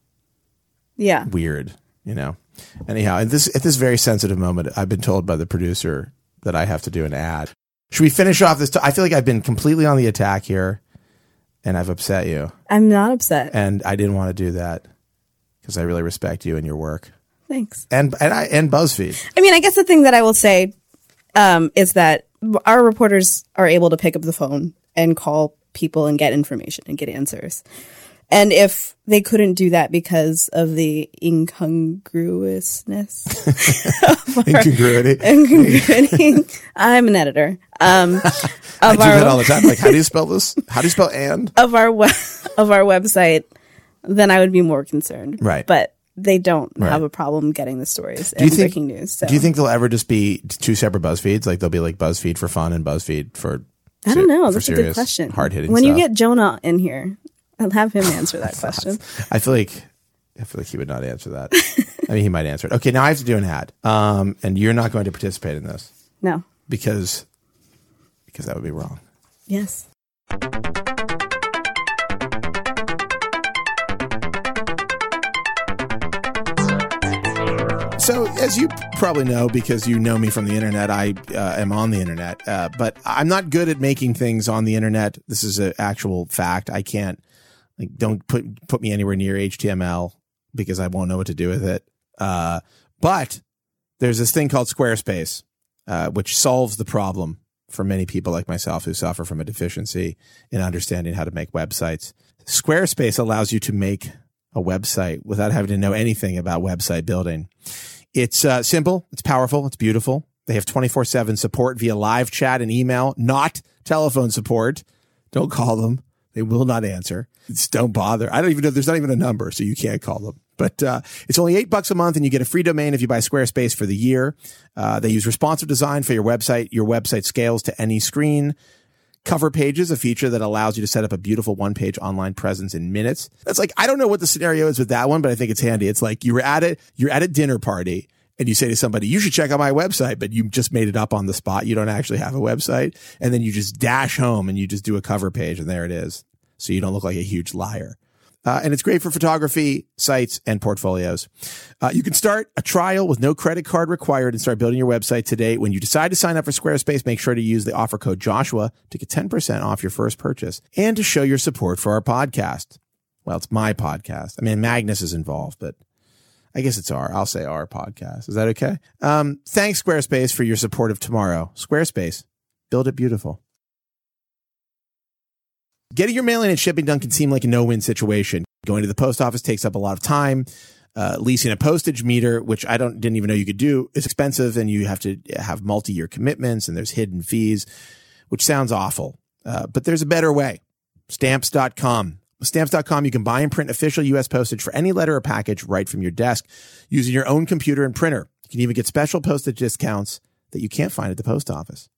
B: Yeah.
A: weird, you know. Anyhow, at this at this very sensitive moment, I've been told by the producer that I have to do an ad. Should we finish off this? t- I feel like I've been completely on the attack here, and I've upset you,
B: I'm not upset.
A: and I didn't want to do that because I really respect you and your work,
B: Thanks.
A: and and I and BuzzFeed.
B: I mean, I guess the thing that I will say um, is that our reporters are able to pick up the phone and call people and get information and get answers. And if they couldn't do that because of the incongruousness, [laughs]
A: Incongruity.
B: incongruity, I'm an editor um,
A: [laughs]
B: of
A: I do that all
B: our
A: the time. Like, how do you spell
B: [laughs]
A: this? How do you spell and?
B: of our we- [laughs] of our website, then I would be more concerned.
A: Right.
B: but they don't
A: Right.
B: have a problem getting the stories
A: you
B: and
A: think-
B: breaking news. So.
A: Do you think there'll ever just be t- two separate BuzzFeeds? Like, they'll be like BuzzFeed for fun and BuzzFeed for.
B: I don't know.
A: for
B: That's a good
A: serious,
B: question.
A: Hard-hitting
B: When you
A: stuff?
B: get Jonah in here, I'll have him answer
A: [laughs]
B: that question.
A: I feel like I feel like he would not answer
B: [laughs]
A: that. I mean, he might answer it. Okay, now I have to do an ad, um, and you're not going to participate in this
B: No.
A: because because that would be wrong.
B: Yes.
A: So, as you probably know, because you know me from the internet, I uh, am on the internet, uh, but I'm not good at making things on the internet. This is an actual fact. I can't, like, don't put put me anywhere near HTML because I won't know what to do with it. Uh, but there's this thing called Squarespace, uh, which solves the problem for many people like myself who suffer from a deficiency in understanding how to make websites. Squarespace allows you to make a website without having to know anything about website building. It's uh, simple, it's powerful, it's beautiful. They have 24 7 support via live chat and email, not telephone support. Don't call them. They will not answer. It's, don't bother. I don't even know. There's not even a number, so you can't call them. But uh, it's only eight bucks a month, and you get a free domain if you buy Squarespace for the year. Uh, they use responsive design for your website. Your website scales to any screen. Cover pages, a feature that allows you to set up a beautiful one page online presence in minutes. That's like, I don't know what the scenario is with that one, but I think it's handy. It's like you were at it, you're at a dinner party and you say to somebody, you should check out my website, but you just made it up on the spot. You don't actually have a website. And then you just dash home and you just do a cover page and there it is. So you don't look like a huge liar. Uh, and it's great for photography, sites, and portfolios. Uh, you can start a trial with no credit card required and start building your website today. When you decide to sign up for Squarespace, make sure to use the offer code Joshua to get 10% off your first purchase and to show your support for our podcast. Well, it's my podcast. I mean, Magnus is involved, but I guess it's our, I'll say our podcast. Is that okay? Um, thanks, Squarespace, for your support of tomorrow. Squarespace, build it beautiful. Getting your mailing and shipping done can seem like a no win situation. Going to the post office takes up a lot of time. Uh, leasing a postage meter, which I don't didn't even know you could do, is expensive, and you have to have multi year commitments, and there's hidden fees, which sounds awful. Uh, but there's a better way. Stamps.com. With Stamps.com, you can buy and print official U.S. postage for any letter or package right from your desk using your own computer and printer. You can even get special postage discounts that you can't find at the post office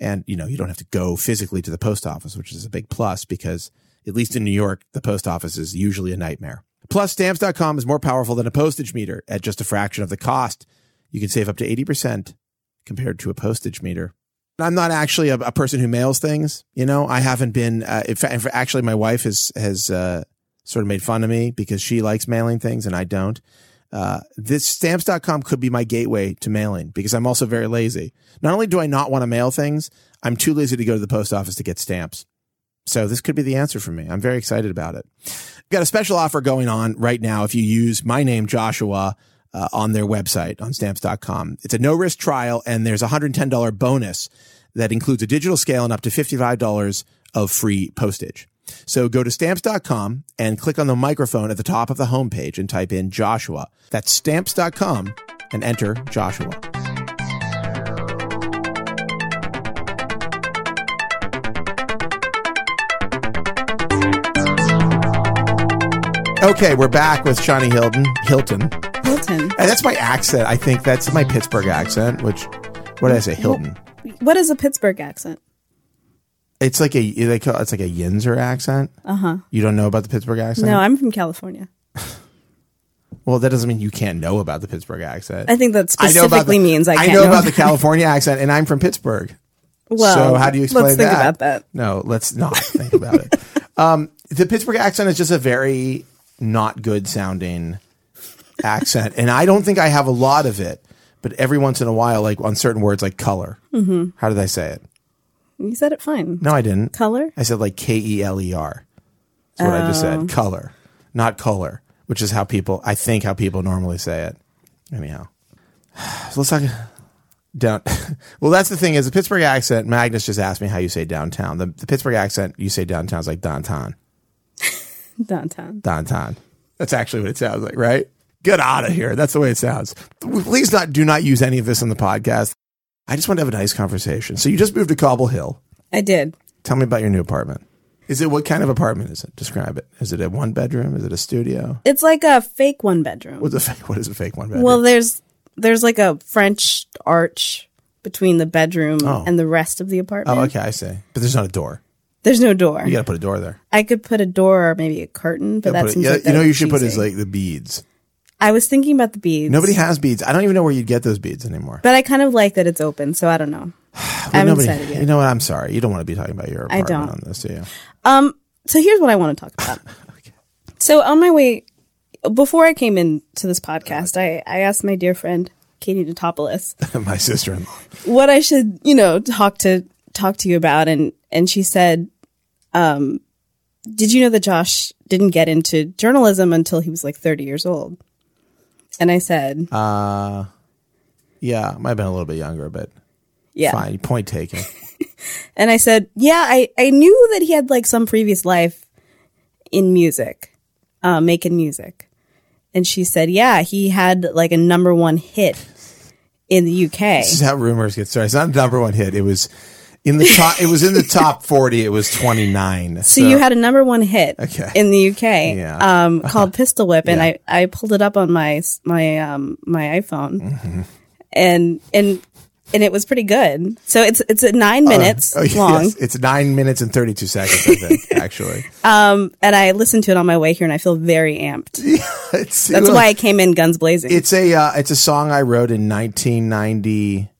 A: and you know you don't have to go physically to the post office which is a big plus because at least in new york the post office is usually a nightmare plus stamps.com is more powerful than a postage meter at just a fraction of the cost you can save up to 80% compared to a postage meter And I'm not actually a, a person who mails things. You know, I haven't been. Uh, in fact, in fact, actually, my wife has has uh, sort of made fun of me because she likes mailing things and I don't. Uh, this stamps.com could be my gateway to mailing because I'm also very lazy. Not only do I not want to mail things, I'm too lazy to go to the post office to get stamps. So this could be the answer for me. I'm very excited about it. We've got a special offer going on right now if you use my name, Joshua, uh, on their website on stamps.com. It's a no risk trial and there's a $110 bonus that includes a digital scale and up to $55 of free postage. So go to stamps.com and click on the microphone at the top of the homepage and type in Joshua. That's stamps.com and enter Joshua. Okay, we're back with Shawnee Hilton. Hilton. And
B: Hilton.
A: that's my accent. I think that's my Pittsburgh accent, which, what did I say? Hilton.
B: What is a Pittsburgh accent?
A: It's like a, they call, it's like a Yinzer accent. Uh huh. You don't know about the Pittsburgh accent?
B: Uh-huh. No, I'm from California.
A: Well, that doesn't mean you can't know about the Pittsburgh accent.
B: I think that specifically
A: the,
B: means I can't
A: know about the California accent, and I'm from Pittsburg.
B: [laughs] Well,
A: so how do you explain
B: let's
A: that?
B: think about that.
A: No, let's not [laughs] think about it. Um, the Pittsburgh accent is just a very not good sounding accent, and I don't think I have a lot of it. But every once in a while, like on certain words, like color. Mm-hmm. How did I say it?
B: You said it fine.
A: No, I didn't.
B: Color?
A: I said like K E L E R. That's what I just said. Color, not color, which is how people. I think how people normally say it. Anyhow, [sighs] so let's talk. Down. [laughs] Well, that's the thing is the Pittsburgh accent. Magnus just asked me how you say downtown. The, the Pittsburgh accent you say downtown is like downtown,
B: Downtown.
A: downtown. That's actually what it sounds like, right? Get out of here. That's the way it sounds. Please not do not use any of this on the podcast. I just want to have a nice conversation. So you just moved to Cobble Hill.
B: I did.
A: Tell me about your new apartment. Is it what kind of apartment is it? Describe it. Is it a one bedroom? Is it a studio?
B: It's like a fake one bedroom.
A: What's a fake? What is a fake one bedroom?
B: Well, there's there's like a French arch between the bedroom
A: Oh.
B: and the rest of the apartment.
A: oh, okay, I see. But there's not a door.
B: There's no door.
A: You got to put a door there.
B: I could put a door or maybe a curtain, but
A: Put
B: that
A: it-
B: seems
A: yeah,
B: like
A: you
B: that
A: know,
B: would
A: you
B: be
A: should put is
B: cheesy.
A: like the beads.
B: I was thinking about the beads.
A: Nobody has beads. I don't even know where you'd get those beads anymore.
B: But I kind of like that it's open, so I don't know. I haven't
A: Nobody.
B: decided yet.
A: You know what? I'm sorry. You don't want to be talking about your
B: I
A: apartment
B: don't.
A: on this, do you? [laughs]
B: Um, so here's what I want to talk about. So on my way, before I came into this podcast,
A: Uh-huh.
B: I, I asked my dear friend Katie Natopoulos
A: My sister-in-law.
B: what I should, you know, talk to talk to you about, and and she said, um, did you know that Josh didn't get into journalism until he was like 30 years old? And I said,
A: Uh, yeah, might have been a little bit younger, but
B: yeah.
A: fine. Point taken. [laughs]
B: And I said, yeah, I, I knew that he had like some previous life in music, uh, making music. And she said, yeah, he had like a number one hit in the UK.
A: This is how rumors get started. It's not the number one hit. It was in the top. It was in the top forty. It was twenty nine.
B: So, you had a number one hit
A: Okay.
B: in the UK
A: Yeah. [laughs]
B: um, called Pistol Whip, and I, I pulled it up on my s- my um, my iPhone,
A: Mm-hmm.
B: and and and it was pretty good. So it's it's at nine minutes
A: Oh, [laughs] yes.
B: long,
A: It's nine minutes and thirty two seconds. I
B: [laughs]
A: think actually.
B: and I listened to it on my way here, and I feel very amped.
A: It's,
B: That's why I came in guns blazing.
A: it's a uh, it's a song I wrote in nineteen ninety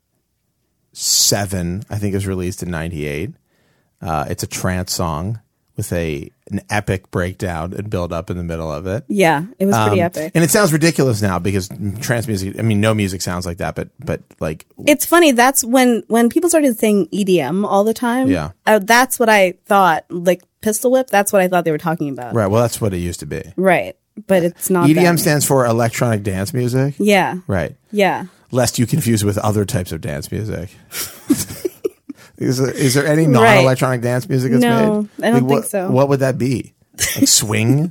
A: seven. I think it was released in ninety eight. Uh, it's a trance song with a an epic breakdown and build up in the middle of it.
B: Yeah, it was pretty
A: Um,
B: epic.
A: And it sounds ridiculous now because trance music. I mean, no music sounds like that, but but like
B: It's funny. That's when when people started saying EDM all the time.
A: Yeah.
B: uh, that's what I thought. Like Pistol Whip. That's what I thought they were talking about. Right,
A: right. Well, that's what it used to be.
B: but it's not
A: EDM
B: that.
A: stands for electronic dance music.
B: Yeah,
A: Right.
B: yeah.
A: Lest you confuse with other types of dance music. [laughs] is, there, is there any non electronic dance music that's
B: No,
A: made?
B: I don't
A: what,
B: think so.
A: What would that be?
B: [laughs]
A: Like swing?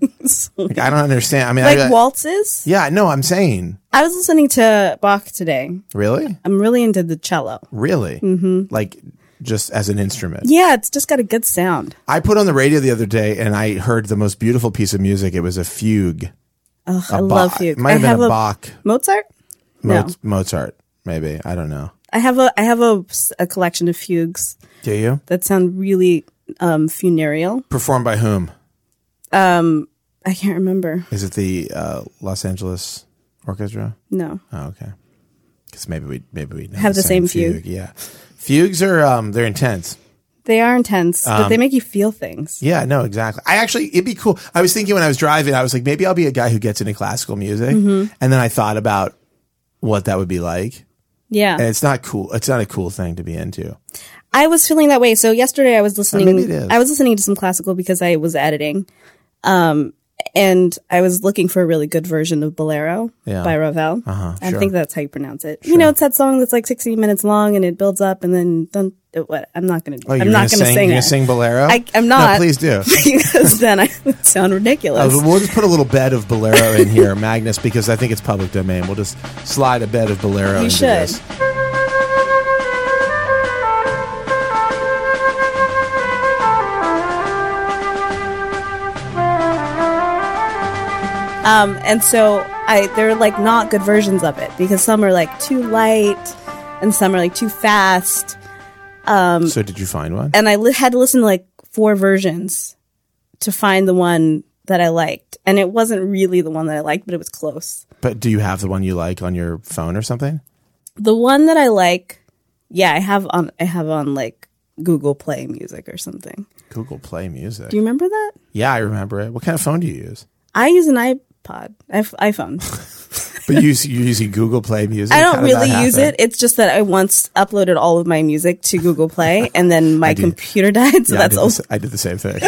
A: like, I don't understand. I mean,
B: Like
A: I,
B: waltzes.
A: yeah, no, I'm saying.
B: I was listening to Bach today.
A: Really?
B: I'm really into the cello.
A: Really? Mm-hmm. Like just as an instrument.
B: Yeah, it's just got a good sound.
A: I put on the radio the other day and I heard the most beautiful piece of music. It was a fugue.
B: Ugh, I
A: A
B: love
A: Bach.
B: fugue.
A: It might
B: I
A: have been
B: have
A: a Bach.
B: Mozart. No,
A: Moz- Mozart, maybe. I don't know.
B: I have a I have a, a collection of fugues
A: Do you?
B: that sound really um, funereal.
A: Performed by whom?
B: I can't remember.
A: Is it the uh, Los Angeles Orchestra?
B: No.
A: Oh, okay. Because maybe we maybe we know
B: Have the same fugue.
A: Yeah, fugues are um they're intense.
B: They are intense, but
A: Um,
B: they make you feel things.
A: Yeah, no, exactly. I actually it'd be cool. I was thinking when I was driving, I was like, maybe I'll be a guy who gets into classical music,
B: Mm-hmm.
A: and then I thought about what that would be like,
B: Yeah.
A: eh, and it's not cool. It's not a cool thing to be into.
B: I was feeling that way. So yesterday I was listening.
A: maybe it is.
B: I was listening to some classical because I was editing, um, and I was looking for a really good version of Bolero
A: Yeah.
B: by Ravel.
A: Uh-huh,
B: I
A: sure.
B: think that's how you pronounce it. You know, it's that song that's like sixty minutes long and it builds up and then dun, uh, what? I'm not gonna.
A: Oh, you're
B: I'm not gonna sing.
A: You're
B: that.
A: gonna sing Bolero.
B: I- I'm
A: No,
B: not.
A: please
B: [laughs]
A: do.
B: because then I [laughs] would sound ridiculous.
A: Uh, we'll just put a little bed of Bolero in here, Magnus, because I think it's public domain. We'll just slide a bed of Bolero
B: You
A: into
B: should.
A: this.
B: Um, and so I they're like not good versions of it because some are like too light and some are like too fast. Um,
A: So, did you find one?
B: And I li- had to listen to like four versions to find the one that I liked. And it wasn't really the one that I liked, but it was close.
A: But do you have the one you like on your phone or something?
B: The one that I like, yeah, I have on I have on like Google Play Music or something.
A: Google Play Music.
B: Do you remember that?
A: yeah, I remember it. What kind of phone do you use?
B: I use an iPod, iP- iPhone.
A: [laughs] But you, you're using Google Play Music.
B: I
A: How
B: don't
A: did that
B: really use
A: happen?
B: it. It's just that I once uploaded all of my music to Google Play,
A: [laughs]
B: and then my
A: do.
B: computer [laughs] died. So
A: Yeah, I
B: that's
A: did,
B: also
A: the, s- I did the same thing.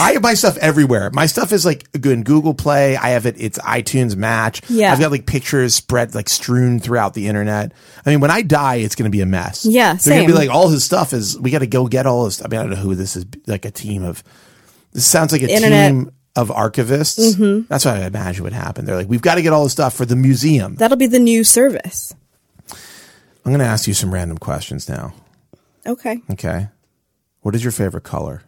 A: I have my stuff everywhere. My stuff is like in Google Play. I have it. It's iTunes Match.
B: Yeah.
A: I've got like pictures spread like strewn throughout the internet. I mean, when I die, it's going to be a mess.
B: Yeah,
A: they're going to be
B: same.
A: like all his stuff is. We got to go get all his. I mean, I don't know who this is. Like a team of. This sounds like a
B: Internet. Mm-hmm.
A: team of archivists. That's what I imagine would happen. They're like, we've got to get all this stuff for the museum.
B: That'll be the new service.
A: I'm going to ask you some random questions now.
B: Okay.
A: Okay, what is your favorite color?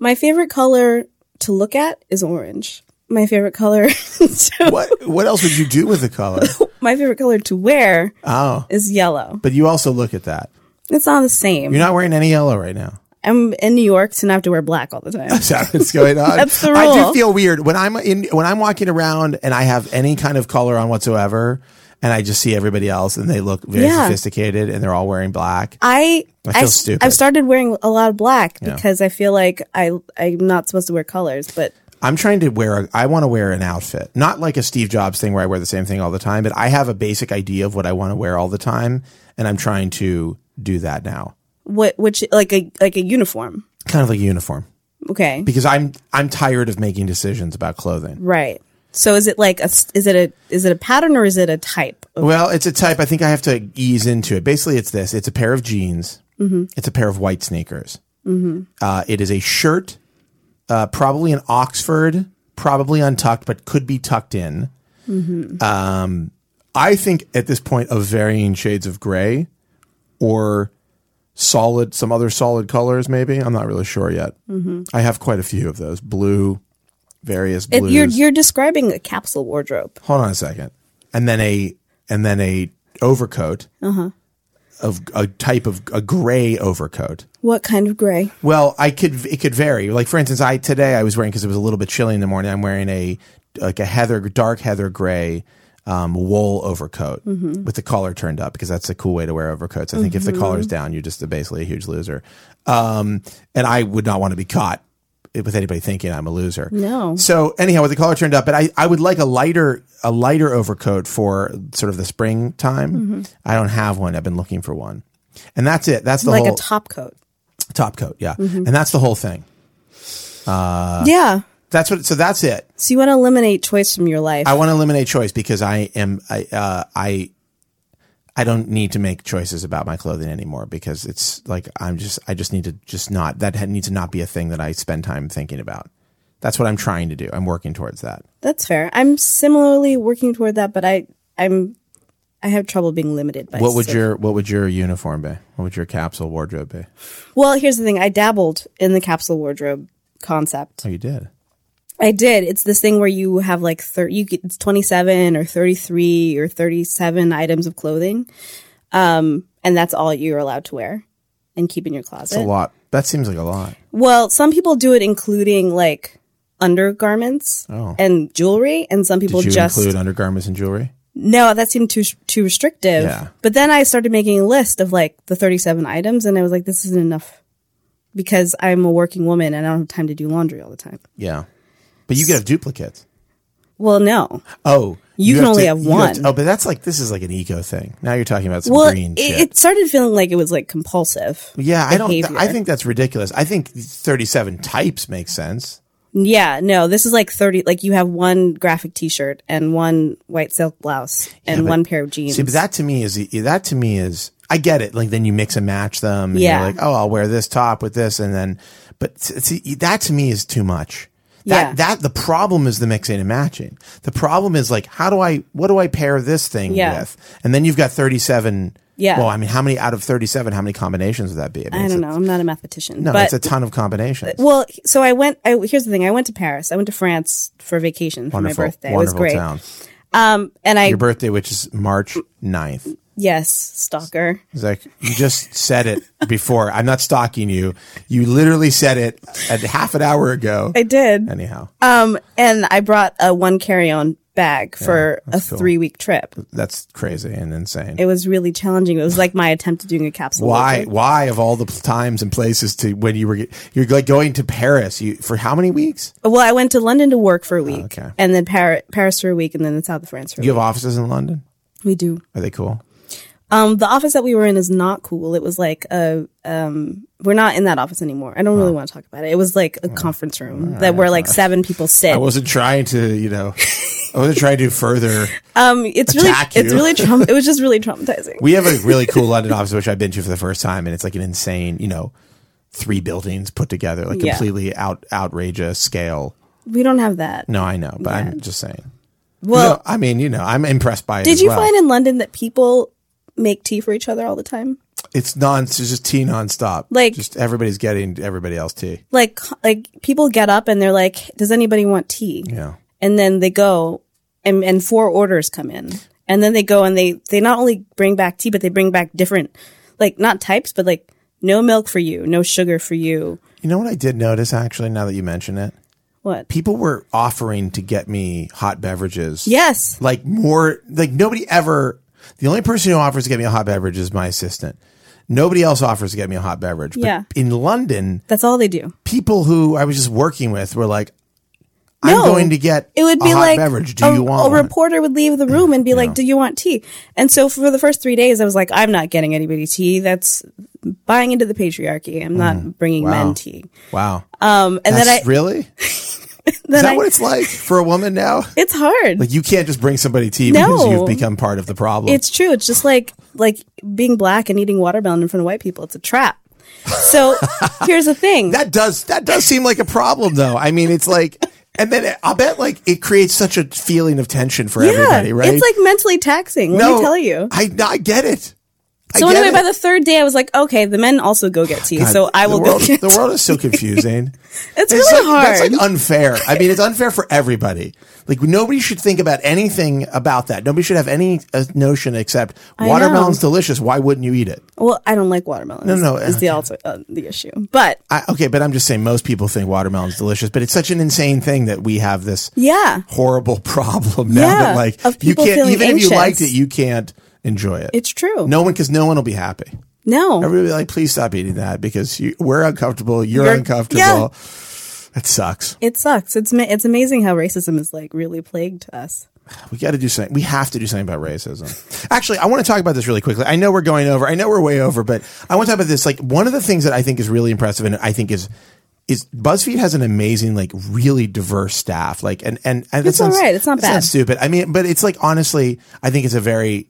B: My favorite color to look at is orange. My favorite color [laughs] to,
A: What What else would you do with the color?
B: my favorite color to wear
A: Oh.
B: is yellow.
A: But you also look at that.
B: It's not the same.
A: You're not wearing any yellow right now.
B: I'm in New York, so now I have to wear black all
A: [laughs]
B: the time.
A: Is that what's going on?
B: That's the
A: I do
B: rule.
A: feel weird when I'm in when I'm walking around and I have any kind of color on whatsoever, and I just see everybody else and they look very
B: Yeah.
A: sophisticated and they're all wearing black.
B: I
A: I feel
B: I, s-
A: stupid.
B: I've started wearing a lot of black because I feel like I I'm not supposed to wear colors, but
A: I'm trying to wear. A, I want to wear an outfit, not like a Steve Jobs thing where I wear the same thing all the time, but I have a basic idea of what I want to wear all the time, and I'm trying to do that now,
B: what which like a like a uniform.
A: kind of like a uniform,
B: Okay.
A: because I'm I'm tired of making decisions about clothing.
B: right. So is it like a s- is it a is it a pattern or is it a type? Of,
A: Well, it's a type. I think I have to ease into it. Basically, it's this: it's a pair of jeans, it's a pair of white sneakers. Uh, it is a shirt, uh, probably an Oxford, probably untucked, but could be tucked in. Um, I think at this point of varying shades of gray or solid, some other solid colors. Maybe I'm not really sure yet. I have quite a few of those: blue, various
B: it,
A: blues
B: you're you're describing a capsule wardrobe.
A: hold on a second and then a and then a overcoat of a type of a gray overcoat
B: What kind of gray?
A: well i could it could vary like for instance i today i was wearing because it was a little bit chilly in the morning i'm wearing a like a heather dark heather gray um, wool overcoat
B: Mm-hmm.
A: with the collar turned up because that's a cool way to wear overcoats i think if the collar's down you're just basically a huge loser um, and i would not want to be caught with anybody thinking i'm a loser
B: No.
A: so anyhow, with the collar turned up, but I, I would like a lighter a lighter overcoat for sort of the springtime.
B: Mm-hmm.
A: I don't have one. I've been looking for one, and that's it. That's the
B: like
A: whole
B: a top coat.
A: top coat. Yeah, and that's the whole thing.
B: yeah.
A: That's what. So that's it.
B: So you want to eliminate choice from your life.
A: I want to eliminate choice because I am I uh, I I don't need to make choices about my clothing anymore because it's like I'm just I just need to just not that ha- needs to not be a thing that I spend time thinking about. That's what I'm trying to do. I'm working towards that.
B: That's fair. I'm similarly working toward that, but I I'm I have trouble being limited by
A: What would
B: stuff.
A: your what would your uniform be? What would your capsule wardrobe be?
B: Well, here's the thing. I dabbled in the capsule wardrobe concept.
A: Oh, you did.
B: I did. It's this thing where you have like 30 you get it's 27 or 33 or 37 items of clothing. Um and that's all you're allowed to wear and keep in your closet.
A: It's a lot. That seems like a lot.
B: Well, some people do it including like undergarments
A: Oh.
B: and jewelry, and some people
A: Did you
B: just
A: include undergarments and jewelry?
B: no. That seemed too too restrictive.
A: Yeah.
B: But then I started making a list of like the thirty seven items, and I was like, this isn't enough because I'm a working woman and I don't have time to do laundry all the time.
A: Yeah, but you could have duplicates.
B: Well, no,
A: Oh,
B: You, can
A: have
B: only
A: to-
B: have
A: you
B: one.
A: to- oh, but that's like this is like an eco thing. Now you're talking about some
B: well,
A: green
B: it,
A: shit.
B: it started feeling like it was like compulsive.
A: yeah, I don't.
B: behavior.
A: I think that's ridiculous. I think 37 types makes sense.
B: Yeah, no, this is like 30. Like you have one graphic t shirt and one white silk blouse and
A: but-
B: one pair of jeans.
A: See, but that to me is e, that to me is I get it. Like then you mix and match them. And
B: Yeah.
A: You're like, oh, I'll wear this top with this, and then, but s- see, e, that to me is too much. That
B: Yeah.
A: that the problem is the mixing and matching. The problem is like, how do I? What do I pair this thing
B: Yeah.
A: with? And then you've got thirty-seven.
B: Yeah.
A: Well, I mean, how many out of thirty-seven? How many combinations would that be? mean,
B: I
A: it's
B: don't
A: a-
B: know. I'm not a mathematician.
A: No,
B: but
A: it's a ton of combinations.
B: Well, so I went. I, here's the thing: I went to Paris. I went to France for vacation for
A: wonderful,
B: my birthday. It was
A: wonderful
B: great.
A: town.
B: Um, and I
A: Your birthday, which is March 9th.
B: yes, stalker.
A: It's like you just said it before. I'm not stalking you. You literally said it a half an hour ago.
B: I did.
A: Anyhow,
B: Um, and I brought a one carry on bag for a
A: that's cool.
B: three week trip.
A: that's crazy and insane.
B: It was really challenging. It was like my attempt at doing a capsule.
A: Why?
B: wardrobe.
A: Why of all the pl- times and places to when you were get- you're like going to Paris? You for how many weeks?
B: Well, I went to London to work for a week,
A: okay.
B: and then Par- Paris for a week, and then the south of France for a
A: You
B: week.
A: have offices in London.
B: We do.
A: Are they cool?
B: Um, the office that we were in is not cool. It was like a um, we're not in that office anymore. I don't really want to talk about it. It was like a conference room that where like seven people sit.
A: I wasn't trying to, you know, I wasn't trying to further.
B: um, it's really
A: attack
B: it's
A: you. [laughs]
B: really traum- it was just really traumatizing.
A: We have a really cool London office, which I've been to for the first time, and it's like an insane, you know, three buildings put together, like
B: Yeah.
A: completely out outrageous scale.
B: We don't have that.
A: No, I know, but I'm just saying.
B: Well,
A: no, I mean, you know, I'm impressed by it.
B: did
A: as
B: you
A: well.
B: find in London that people make tea for each other all the time?
A: it's non? It's just tea nonstop.
B: Like-
A: just everybody's getting everybody else tea.
B: Like like people get up and they're like, "Does anybody want tea?"
A: Yeah,
B: and then they go and, and four orders come in and then they go and they they not only bring back tea but they bring back different like not types but like no milk for you no sugar for you
A: you know what I did notice actually. Now that you mention it,
B: what
A: people were offering to get me hot beverages.
B: yes
A: like more like nobody ever. The only person who offers to get me a hot beverage is my assistant. Nobody else offers to get me a hot beverage. But
B: Yeah.
A: in London,
B: that's all they do
A: people who I was just working with were like, "I'm
B: No.
A: going to get
B: it would
A: a
B: be
A: hot
B: like
A: beverage. Do
B: a,
A: you want
B: a
A: one?"
B: reporter would leave the room and be like do you want tea and so for the first three days i was like i'm not getting anybody tea that's buying into the patriarchy i'm not bringing
A: Mm-hmm. wow.
B: men tea
A: Wow,
B: um and
A: That's
B: then i [laughs]
A: really
B: then
A: Is that
B: I,
A: what it's like for a woman now?
B: it's hard
A: Like you can't just bring somebody tea
B: No.
A: because you've become part of the problem.
B: It's true. It's just like like being black and eating watermelon in front of white people. It's a trap.
A: [laughs]
B: So here's the thing.
A: that does that does seem like a problem though. I mean, it's like, and then I bet like it creates such a feeling of tension for everybody, right?
B: It's like mentally taxing. Let me tell you.
A: I I get it. I
B: So
A: get
B: anyway,
A: it.
B: by the third day, I was like, okay, the men also go get tea,
A: God,
B: so I will
A: the world,
B: go get.
A: The world is so confusing.
B: [laughs] It's really
A: like, That's
B: hard.
A: like unfair. I mean, it's unfair for everybody. Like nobody should think about anything about that. Nobody should have any uh, notion except
B: know.
A: watermelon's delicious. Why wouldn't you eat it?
B: well, I don't like watermelon. No,
A: no,
B: is the also uh, the issue. But
A: I, okay, but I'm just saying most people think watermelon's delicious, but it's such an insane thing that we have this
B: yeah,
A: horrible [laughs] problem now
B: Yeah,
A: that like
B: of
A: you
B: people
A: can't
B: feeling
A: even if you liked it,
B: anxious.
A: you can't enjoy it.
B: it's true.
A: no one because no one will be happy.
B: no,
A: Everybody will be like, please stop eating that because you, we're uncomfortable. You're,
B: You're-
A: uncomfortable.
B: yeah.
A: It sucks.
B: it sucks. It's ma- it's amazing how racism is like really plagued us.
A: We got to do something. We have to do something about racism. Actually, I want to talk about this really quickly. I know we're going over. I know we're way over, but I want to talk about this. Like one of the things that I think is really impressive, and I think is is BuzzFeed has an amazing, like, really diverse staff. Like, and and, and
B: It's
A: that sounds-
B: all right. It's not
A: that sounds
B: bad.
A: stupid. I mean, but it's like honestly, I think it's a very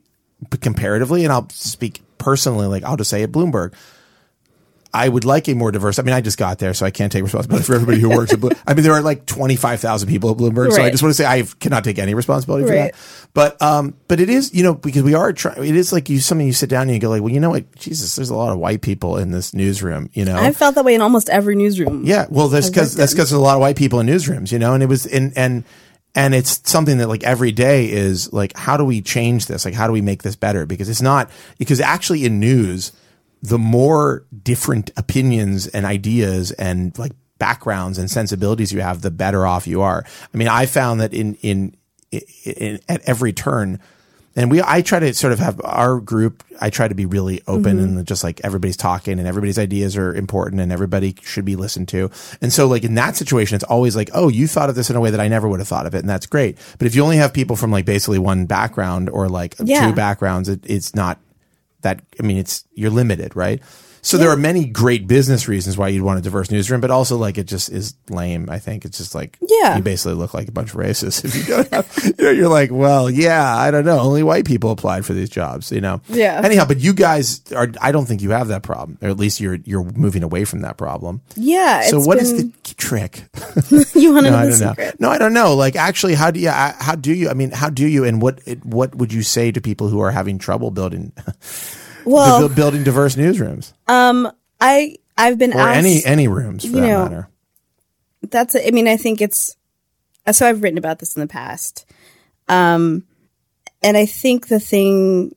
A: comparatively, and I'll speak personally. Like I'll just say at Bloomberg, I would like a more diverse. I mean, I just got there, so I can't take responsibility for everybody who works at Bloomberg. I mean, there are like twenty five thousand people at Bloomberg, so I
B: Right.
A: just want to say I cannot take any responsibility
B: Right.
A: for that. But um, but it is you know because we are trying. It is like you something you sit down and you go like, well, you know what, Jesus, there's a lot of white people in this newsroom, you know.
B: I've felt that way in almost every newsroom.
A: Oh. yeah, well, that's because that's because there's a lot of white people in newsrooms, you know, and it was and and and it's something that like every day is like, how do we change this? Like, how do we make this better? Because it's not because actually in news, the more different opinions and ideas and like backgrounds and sensibilities you have, the better off you are. I mean, I found that in in, in, in at every turn, and we I try to sort of have our group. I try to be really open
B: Mm-hmm.
A: and just like everybody's talking and everybody's ideas are important and everybody should be listened to. And so like in that situation, it's always like, oh, you thought of this in a way that I never would have thought of it, and that's great. But if you only have people from like basically one background or like
B: Yeah.
A: two backgrounds, it, it's not that. I mean, it's you're limited, right? So there are many great business reasons why you'd want a diverse newsroom, but also like it just is lame. I think it's just like
B: Yeah.
A: you basically look like a bunch of racists [laughs] if you don't have, you know, you're like, well, yeah, I don't know. Only white people applied for these jobs, you know?
B: Yeah.
A: Anyhow, but you guys are, I don't think you have that problem, or at least you're, you're moving away from that problem.
B: Yeah.
A: So
B: it's
A: what is
B: been-
A: the trick? [laughs]
B: [laughs] you want to
A: No,
B: know
A: I
B: the
A: don't know.
B: secret?
A: No, I don't know. Like actually, how do you, I- how do you, I mean, how do you, and what, it, what would you say to people who are having trouble building, [laughs]
B: Well,
A: building diverse newsrooms
B: I I've been
A: or
B: asked.
A: any, any rooms for
B: you
A: that
B: know,
A: matter?
B: that's. I mean, I think it's. So I've written about this in the past, um, and I think the thing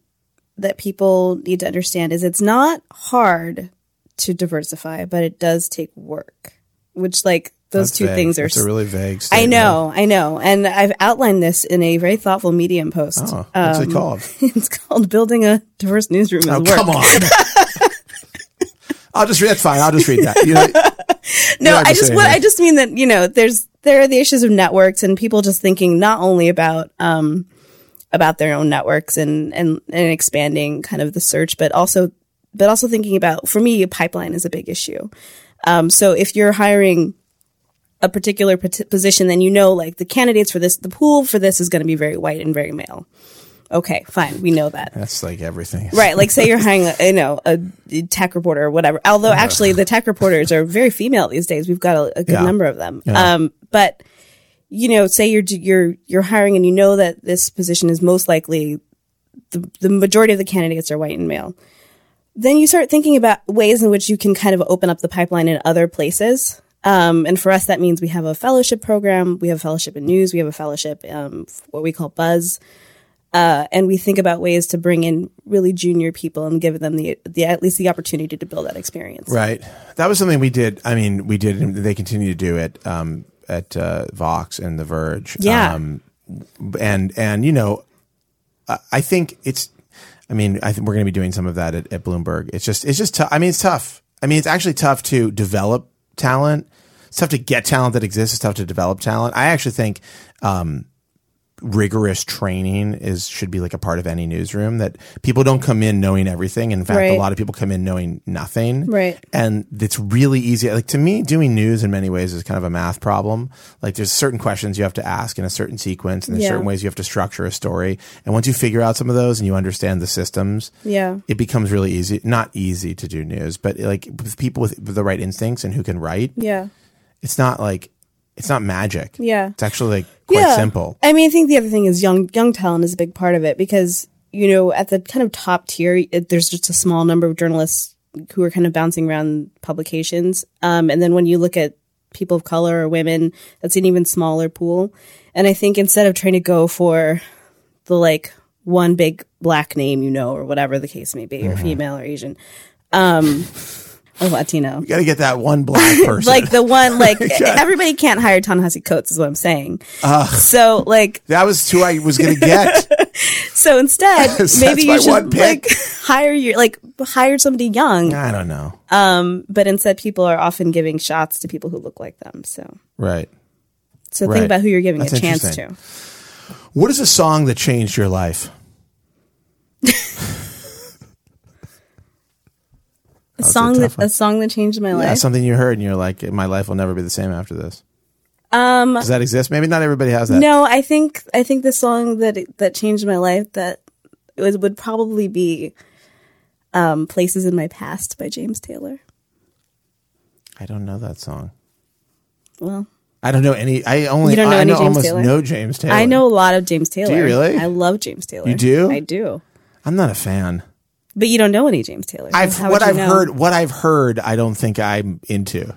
B: that people need to understand is it's not hard to diversify, but it does take work. Which like those
A: That's
B: two
A: vague.
B: things are.
A: That's a really vague
B: I
A: statement.
B: know, I know, and I've outlined this in a very thoughtful Medium post. Uh,
A: Oh, what's
B: Um,
A: it called?
B: [laughs] it's called "Building a Diverse Newsroom." Is
A: Oh,
B: work.
A: come on. I'll just read. That's fine. I'll just read that. You know,
B: No,
A: Yeah, I'm
B: I
A: just
B: just
A: saying,
B: what
A: yeah.
B: I just mean that you know there's there are the issues of networks and people just thinking not only about um about their own networks and and and expanding kind of the search, but also but also thinking about for me pipeline is a big issue. Um, so if you're hiring a particular pot- position, then you know like the candidates for this, the pool for this is going to be very white and very male. Okay, fine, we know that.
A: that's like everything.
B: Right, like say you're hiring, a, you know, a tech reporter or whatever. Although actually, the tech reporters are very female these days. We've got a, a good
A: Yeah.
B: number of them. Um, but you know, say you're you're you're hiring, and you know that this position is most likely the the majority of the candidates are white and male. Then you start thinking about ways in which you can kind of open up the pipeline in other places. Um, and for us, that means we have a fellowship program, we have a fellowship in news, we have a fellowship, um, what we call Buzz, Uh, and we think about ways to bring in really junior people and give them the, the at least the opportunity to build that experience.
A: Right. That was something we did. I mean, we did, and they continue to do it um, at uh, Vox and The Verge.
B: Yeah.
A: Um, and and you know, I, I think it's. I mean, I think we're going to be doing some of that at, at Bloomberg. It's just it's just tough. I mean, it's tough. I mean, it's actually tough to develop talent. It's tough to get talent that exists. It's tough to develop talent. I actually think um, rigorous training is should be like a part of any newsroom that people don't come in knowing everything. In fact, a
B: Right.
A: lot of people come in knowing nothing.
B: Right.
A: And it's really easy. Like to me, doing news in many ways is kind of a math problem. Like there's certain questions you have to ask in a certain sequence and there's
B: Yeah.
A: certain ways you have to structure a story. And once you figure out some of those and you understand the systems,
B: Yeah.
A: it becomes really easy, not easy to do news, but like with people with the right instincts and who can write,
B: Yeah.
A: it's not like, it's not magic.
B: Yeah.
A: It's actually like quite
B: yeah.
A: simple.
B: I mean, I think the other thing is young young talent is a big part of it because you know at the kind of top tier, it, there's just a small number of journalists who are kind of bouncing around publications, um, and then when you look at people of color or women, that's an even smaller pool. And I think instead of trying to go for the like one big black name you know or whatever the case may be, or
A: Mm-hmm.
B: female or Asian, um, or Latino,
A: You got to get that
B: [laughs]
A: one black person.
B: like the
A: [laughs]
B: one like everybody can't hire Ta-Nehisi Coates is what I'm saying. so like
A: that was who I was going to
B: [laughs]
A: get.
B: so instead
A: [laughs] That's
B: maybe
A: my
B: you
A: one
B: should
A: pick.
B: like [laughs] hire your like hire somebody young.
A: I don't know.
B: But instead people are often giving shots to people who look like them. So
A: Right.
B: so
A: Right.
B: think about who you're giving
A: That's
B: a chance
A: interesting.
B: to.
A: What is a song that changed your life?
B: A
A: was a
B: song that
A: tough one.
B: a song that changed my
A: Yeah,
B: life.
A: something you heard and you're like, my life will never be the same after this. Um, Does that exist? Maybe not everybody has that.
B: No, I think I think the song that that changed my life that it was, would probably be um, "Places in My Past" by James Taylor.
A: I don't know that song.
B: Well,
A: I don't know any. I only.
B: You don't know
A: I
B: any
A: know
B: James
A: almost
B: Taylor?
A: no James Taylor.
B: I know a lot of James Taylor.
A: really?
B: I love James Taylor.
A: You do?
B: I do.
A: I'm not a fan.
B: But you don't know any James Taylor.
A: I've
B: How
A: what
B: would you
A: I've
B: know?
A: heard. What I've heard. I don't think I'm into.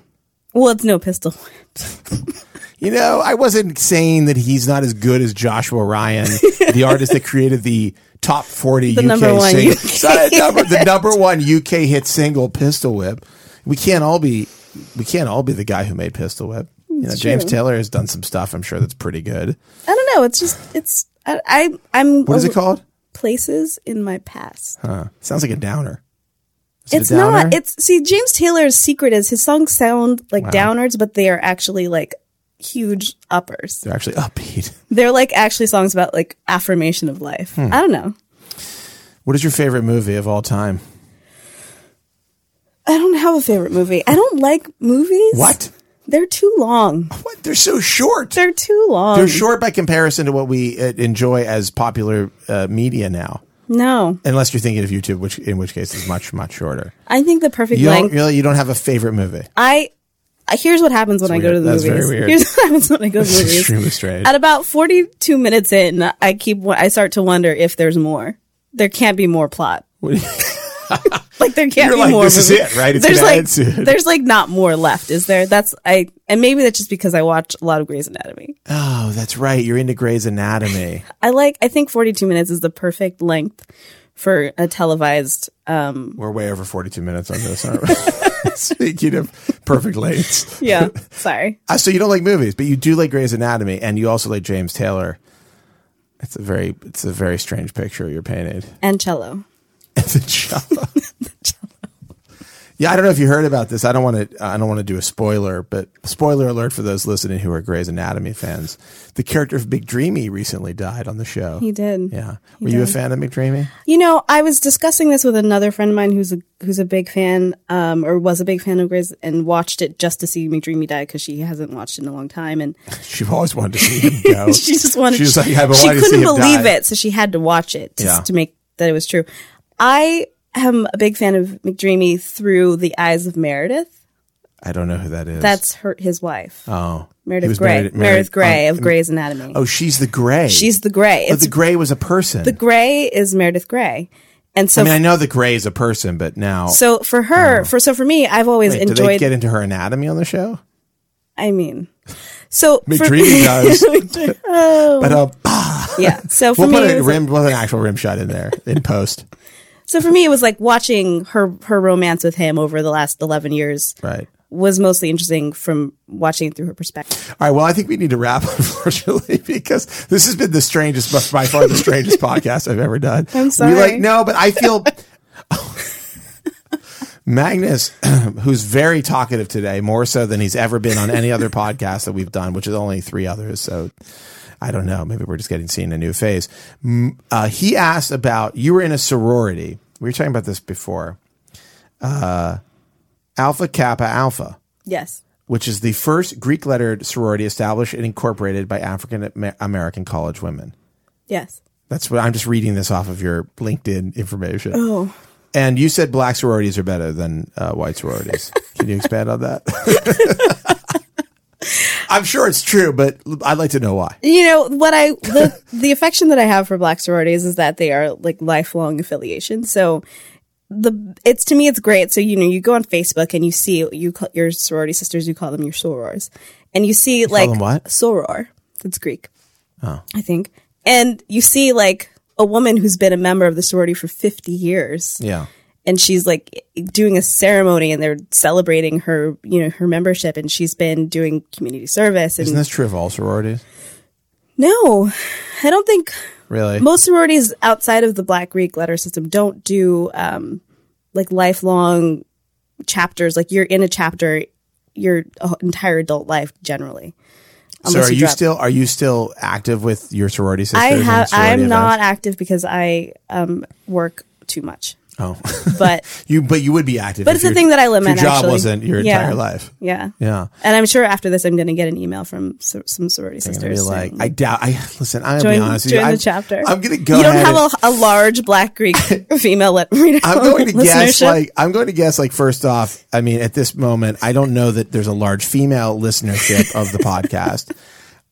B: Well, it's no pistol.
A: You know, I wasn't saying that he's not as good as Joshua
B: [laughs]
A: Ryan, the artist that created the top 40
B: The
A: UK
B: number one
A: single.
B: UK
A: Sorry, number- the number one UK hit single Pistol Whip. We can't all be we can't all be the guy who made Pistol Whip. You know, James
B: true.
A: Taylor has done some stuff I'm sure that's pretty good.
B: I don't know. It's just it's I, I I'm
A: What is it called?
B: places in my past.
A: Huh. Sounds like a downer. Is it a
B: It's not.
A: downer?
B: It's see James Taylor's secret is his songs sound like
A: Wow.
B: downers, but they are actually like huge uppers.
A: They're actually upbeat.
B: They're like actually songs about like affirmation of life.
A: Hmm.
B: I don't know.
A: What is your favorite movie of all time?
B: I don't have a favorite movie. I don't like movies.
A: What?
B: They're too long.
A: What? They're so short.
B: They're too long.
A: They're short by comparison to what we uh, enjoy as popular uh, media now.
B: no,
A: Unless you're thinking of YouTube, which in which case is much much shorter.
B: I think the perfect
A: You don't
B: length.
A: really you don't have a favorite movie.
B: I I- here's what happens when I go
A: weird.
B: to the
A: That's very
B: movies.
A: weird.
B: Here's what happens when I go to the
A: It's
B: movies.
A: extremely strange. [laughs]
B: At about 42 minutes in, I keep I start to wonder if there's more. There can't be more plot. [laughs]
A: What do you-
B: Like there can't
A: You're
B: be
A: like,
B: more.
A: "This is
B: movie."
A: it, right? It's
B: there's
A: gonna
B: like
A: end soon.
B: there's like not more left, is there? That's I and maybe that's just because I watch a lot of Grey's Anatomy.
A: oh, that's right. You're into Grey's Anatomy.
B: I like I think 42 minutes is the perfect length for a televised um
A: We're way over 42 minutes on this, aren't we? [laughs] Speaking of perfect lengths.
B: yeah, [laughs] sorry.
A: Uh, so you don't like movies, but you do like Grey's Anatomy, and you also like James Taylor. It's a very, it's a very strange picture you're painted.
B: And cello.
A: [laughs] It's a
B: [laughs]
A: cello. yeah, I don't know if you heard about this. I don't want to. I don't want to do a spoiler, but spoiler alert for those listening who are Grey's Anatomy fans. The character of McDreamy recently died on the show.
B: He did.
A: Yeah. Were you a fan of McDreamy?
B: You know, I was discussing this with another friend of mine who's a who's a big fan, um, or was a big fan of Grey's, and watched it just to see McDreamy die because she hasn't watched it in a long time, and
A: She always wanted to see him
B: [laughs]
A: go.
B: she just wanted.
A: She was like, I've been
B: she
A: wanting to
B: couldn't
A: see him
B: believe
A: die.
B: it, so she had to watch it just
A: Yeah.
B: to make that it was true. I am a big fan of McDreamy through the eyes of Meredith.
A: I don't know who that is.
B: That's her, his wife,
A: oh, He
B: Meredith
A: was
B: Grey.
A: married- married-
B: Meredith Grey
A: oh,
B: of Grey's Anatomy.
A: Oh, she's the Grey.
B: She's the Grey.
A: But
B: It's
A: the Grey was a person.
B: the Grey is Meredith Grey, and so
A: I mean, I know the Grey is a person, but now
B: So for her, for so for me, I've always
A: Wait, do they
B: enjoyed.
A: get into her anatomy on the show?
B: I mean, so for, [laughs]
A: McDreamy does. But uh,
B: yeah. So
A: [laughs]
B: for
A: we'll put
B: me, it
A: a
B: was
A: rim, we'll put an actual rim shot in there in post.
B: like- so for me, it was like watching her her romance with him over the last eleven years
A: Right.
B: was mostly interesting from watching it through her perspective.
A: All right. Well, I think we need to wrap, [laughs] unfortunately, because this has been the strangest, by far the strangest podcast I've ever done. I'm
B: sorry.
A: like, no, but I feel Magnus, [clears throat] who's very talkative today, more so than he's ever been on any other podcast that we've done, which is only three others. So I don't know. Maybe we're just getting seeing a new phase. Mm, Uh, he asked about you were in a sorority. We were talking about this before. Uh, Alpha Kappa Alpha
B: Yes.
A: which is the first Greek lettered sorority established and incorporated by African Amer- American college women.
B: Yes.
A: That's what I'm just reading this off of your LinkedIn information.
B: Oh.
A: And you said black sororities are better than uh, white
B: [laughs]
A: sororities. Can you expand on that? [laughs] I'm sure it's true, but I'd like to know why.
B: You know what I the [laughs] the affection that I have for black sororities is that they are like lifelong affiliations. So the it's to me it's great. So you know you go on Facebook and you see you call your sorority sisters you call them your sorors, and you see like
A: them what?
B: soror. That's Greek, oh. I think. And you see like a woman who's been a member of the sorority for fifty years,
A: Yeah.
B: and she's like doing a ceremony and they're celebrating her you know her membership, and she's been doing community service. And
A: Isn't this true of all sororities?
B: no, I don't think
A: Really?
B: most sororities outside of the Black Greek letter system don't do um, like lifelong chapters. Like you're in a chapter your entire adult life generally.
A: so
B: Unless
A: are you
B: drop-
A: still are you still active with your sorority sisters?
B: I
A: and
B: have.
A: sorority
B: I'm
A: events?
B: not active because I um, work too much.
A: Oh, [laughs]
B: But
A: you but you would be active.
B: But
A: if
B: it's the
A: your-
B: thing that I live
A: if Your
B: in,
A: job
B: actually.
A: wasn't your
B: Yeah.
A: entire life.
B: yeah,
A: Yeah.
B: and I'm sure after this I'm going to get an email from so- some sorority
A: I'm gonna
B: sisters.
A: be like,
B: saying,
A: I doubt. I [laughs] listen. I'm gonna
B: join,
A: be honest. with you.
B: join
A: I'm-
B: the chapter.
A: I'm gonna go.
B: You don't
A: ahead
B: have
A: and-
B: a, a large Black
A: [laughs]
B: Greek female let reader.
A: I'm going to guess
B: [laughs] listenership.
A: like I'm going to guess like first off, I mean at this moment I don't know that there's a large female listenership of the podcast.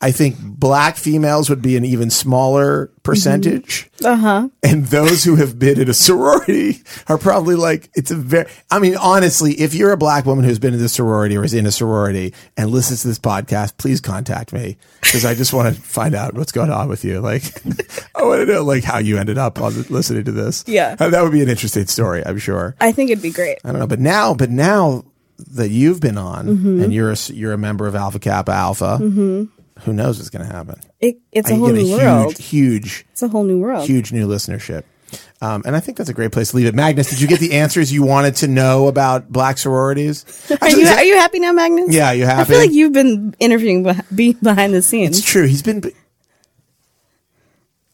A: I think black females would be an even smaller percentage. Uh-huh. And those who have been in a sorority are probably like it's a very I mean honestly, if you're a black woman who's been in a sorority or is in a sorority and listens to this podcast, please contact me cuz I just want to find out what's going on with you. Like [laughs] I want to know like how you ended up on listening to this.
B: Yeah.
A: Uh, That would be an interesting story, I'm sure.
B: I think it'd be great.
A: I don't know, but now, but
B: Mm-hmm.
A: now that you've been on and you're a, s- you're a member of Alpha Kappa Alpha, who knows what's going to happen?
B: It, Mm-hmm. it's
A: I
B: a
A: can
B: whole
A: get
B: new world.
A: huge, huge,
B: It's a whole new world.
A: huge new listenership. Um, and I think that's a great place to leave it. Magnus, did you
B: [laughs]
A: get the answers you wanted to know about black sororities? [laughs]
B: Are
A: Actually,
B: you
A: is that-
B: are you happy now, Magnus?
A: Yeah, you
B: I
A: happy?
B: feel like you've been interviewing beh- be behind the
A: It's
B: scenes.
A: true. He's been.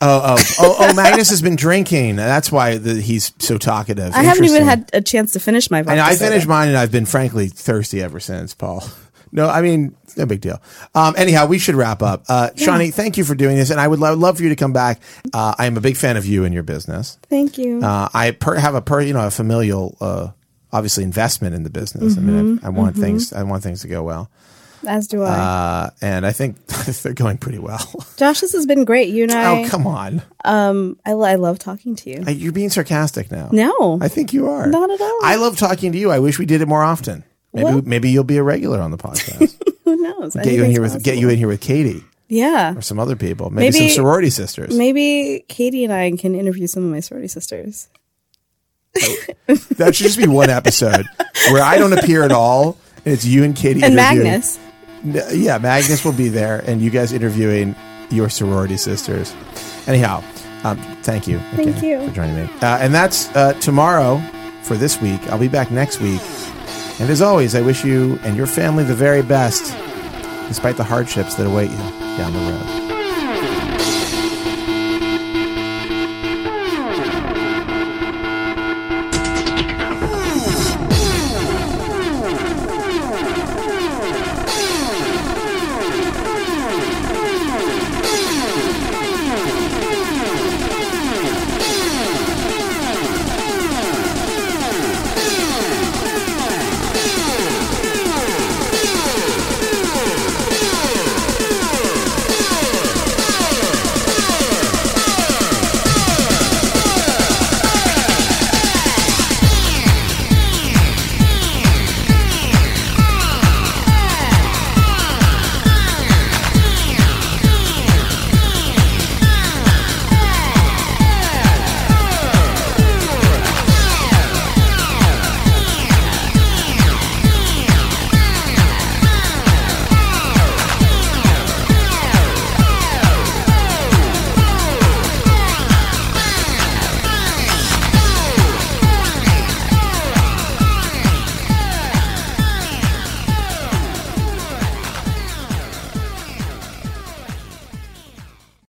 A: Oh, oh, oh, oh, Magnus has been drinking. That's why the, he's so talkative.
B: I haven't even
A: Interesting.
B: had a chance to finish my.
A: I know. I
B: vodka soda.
A: finished mine, and I've been frankly thirsty ever since, Paul. [laughs] No, I mean, no big deal. Um, anyhow, we should wrap up. Uh, Shawnee, thank you for doing this, and I would lo- love for you to come back. Uh, I am a big fan of you and your business.
B: Thank you.
A: Uh, I per- have a per- you know a familial, uh, obviously investment in the business. I mean,
B: Mm-hmm.
A: I, I want things. I want things to go well,
B: As do I.
A: uh, and I think [laughs] they're going pretty well. [laughs]
B: Josh, this has been great. You and I.
A: oh, come on.
B: I, lo- I love talking to you.
A: Uh, You're being sarcastic now.
B: No.
A: I think you are.
B: Not at all.
A: I love talking to you. I wish we did it more often. Maybe
B: Well-
A: maybe you'll be a regular on the podcast.
B: Who knows?
A: get you in here with get you in here with Katie
B: Yeah.
A: or some other people. Maybe,
B: Maybe-
A: some sorority sisters.
B: Maybe Katie and I can interview some of my sorority sisters.
A: that should just be one
B: [laughs]
A: episode where I don't appear at all. And it's you and Katie
B: And
A: interviewing-
B: Magnus.
A: N- Yeah, Magnus will be there, and you guys interviewing your sorority sisters. Anyhow, um, thank you. Again
B: Thank you.
A: for joining me. Uh, and that's uh, tomorrow for this week. I'll be back next week. And as always, I wish you and your family the very best, despite the hardships that await you down the road.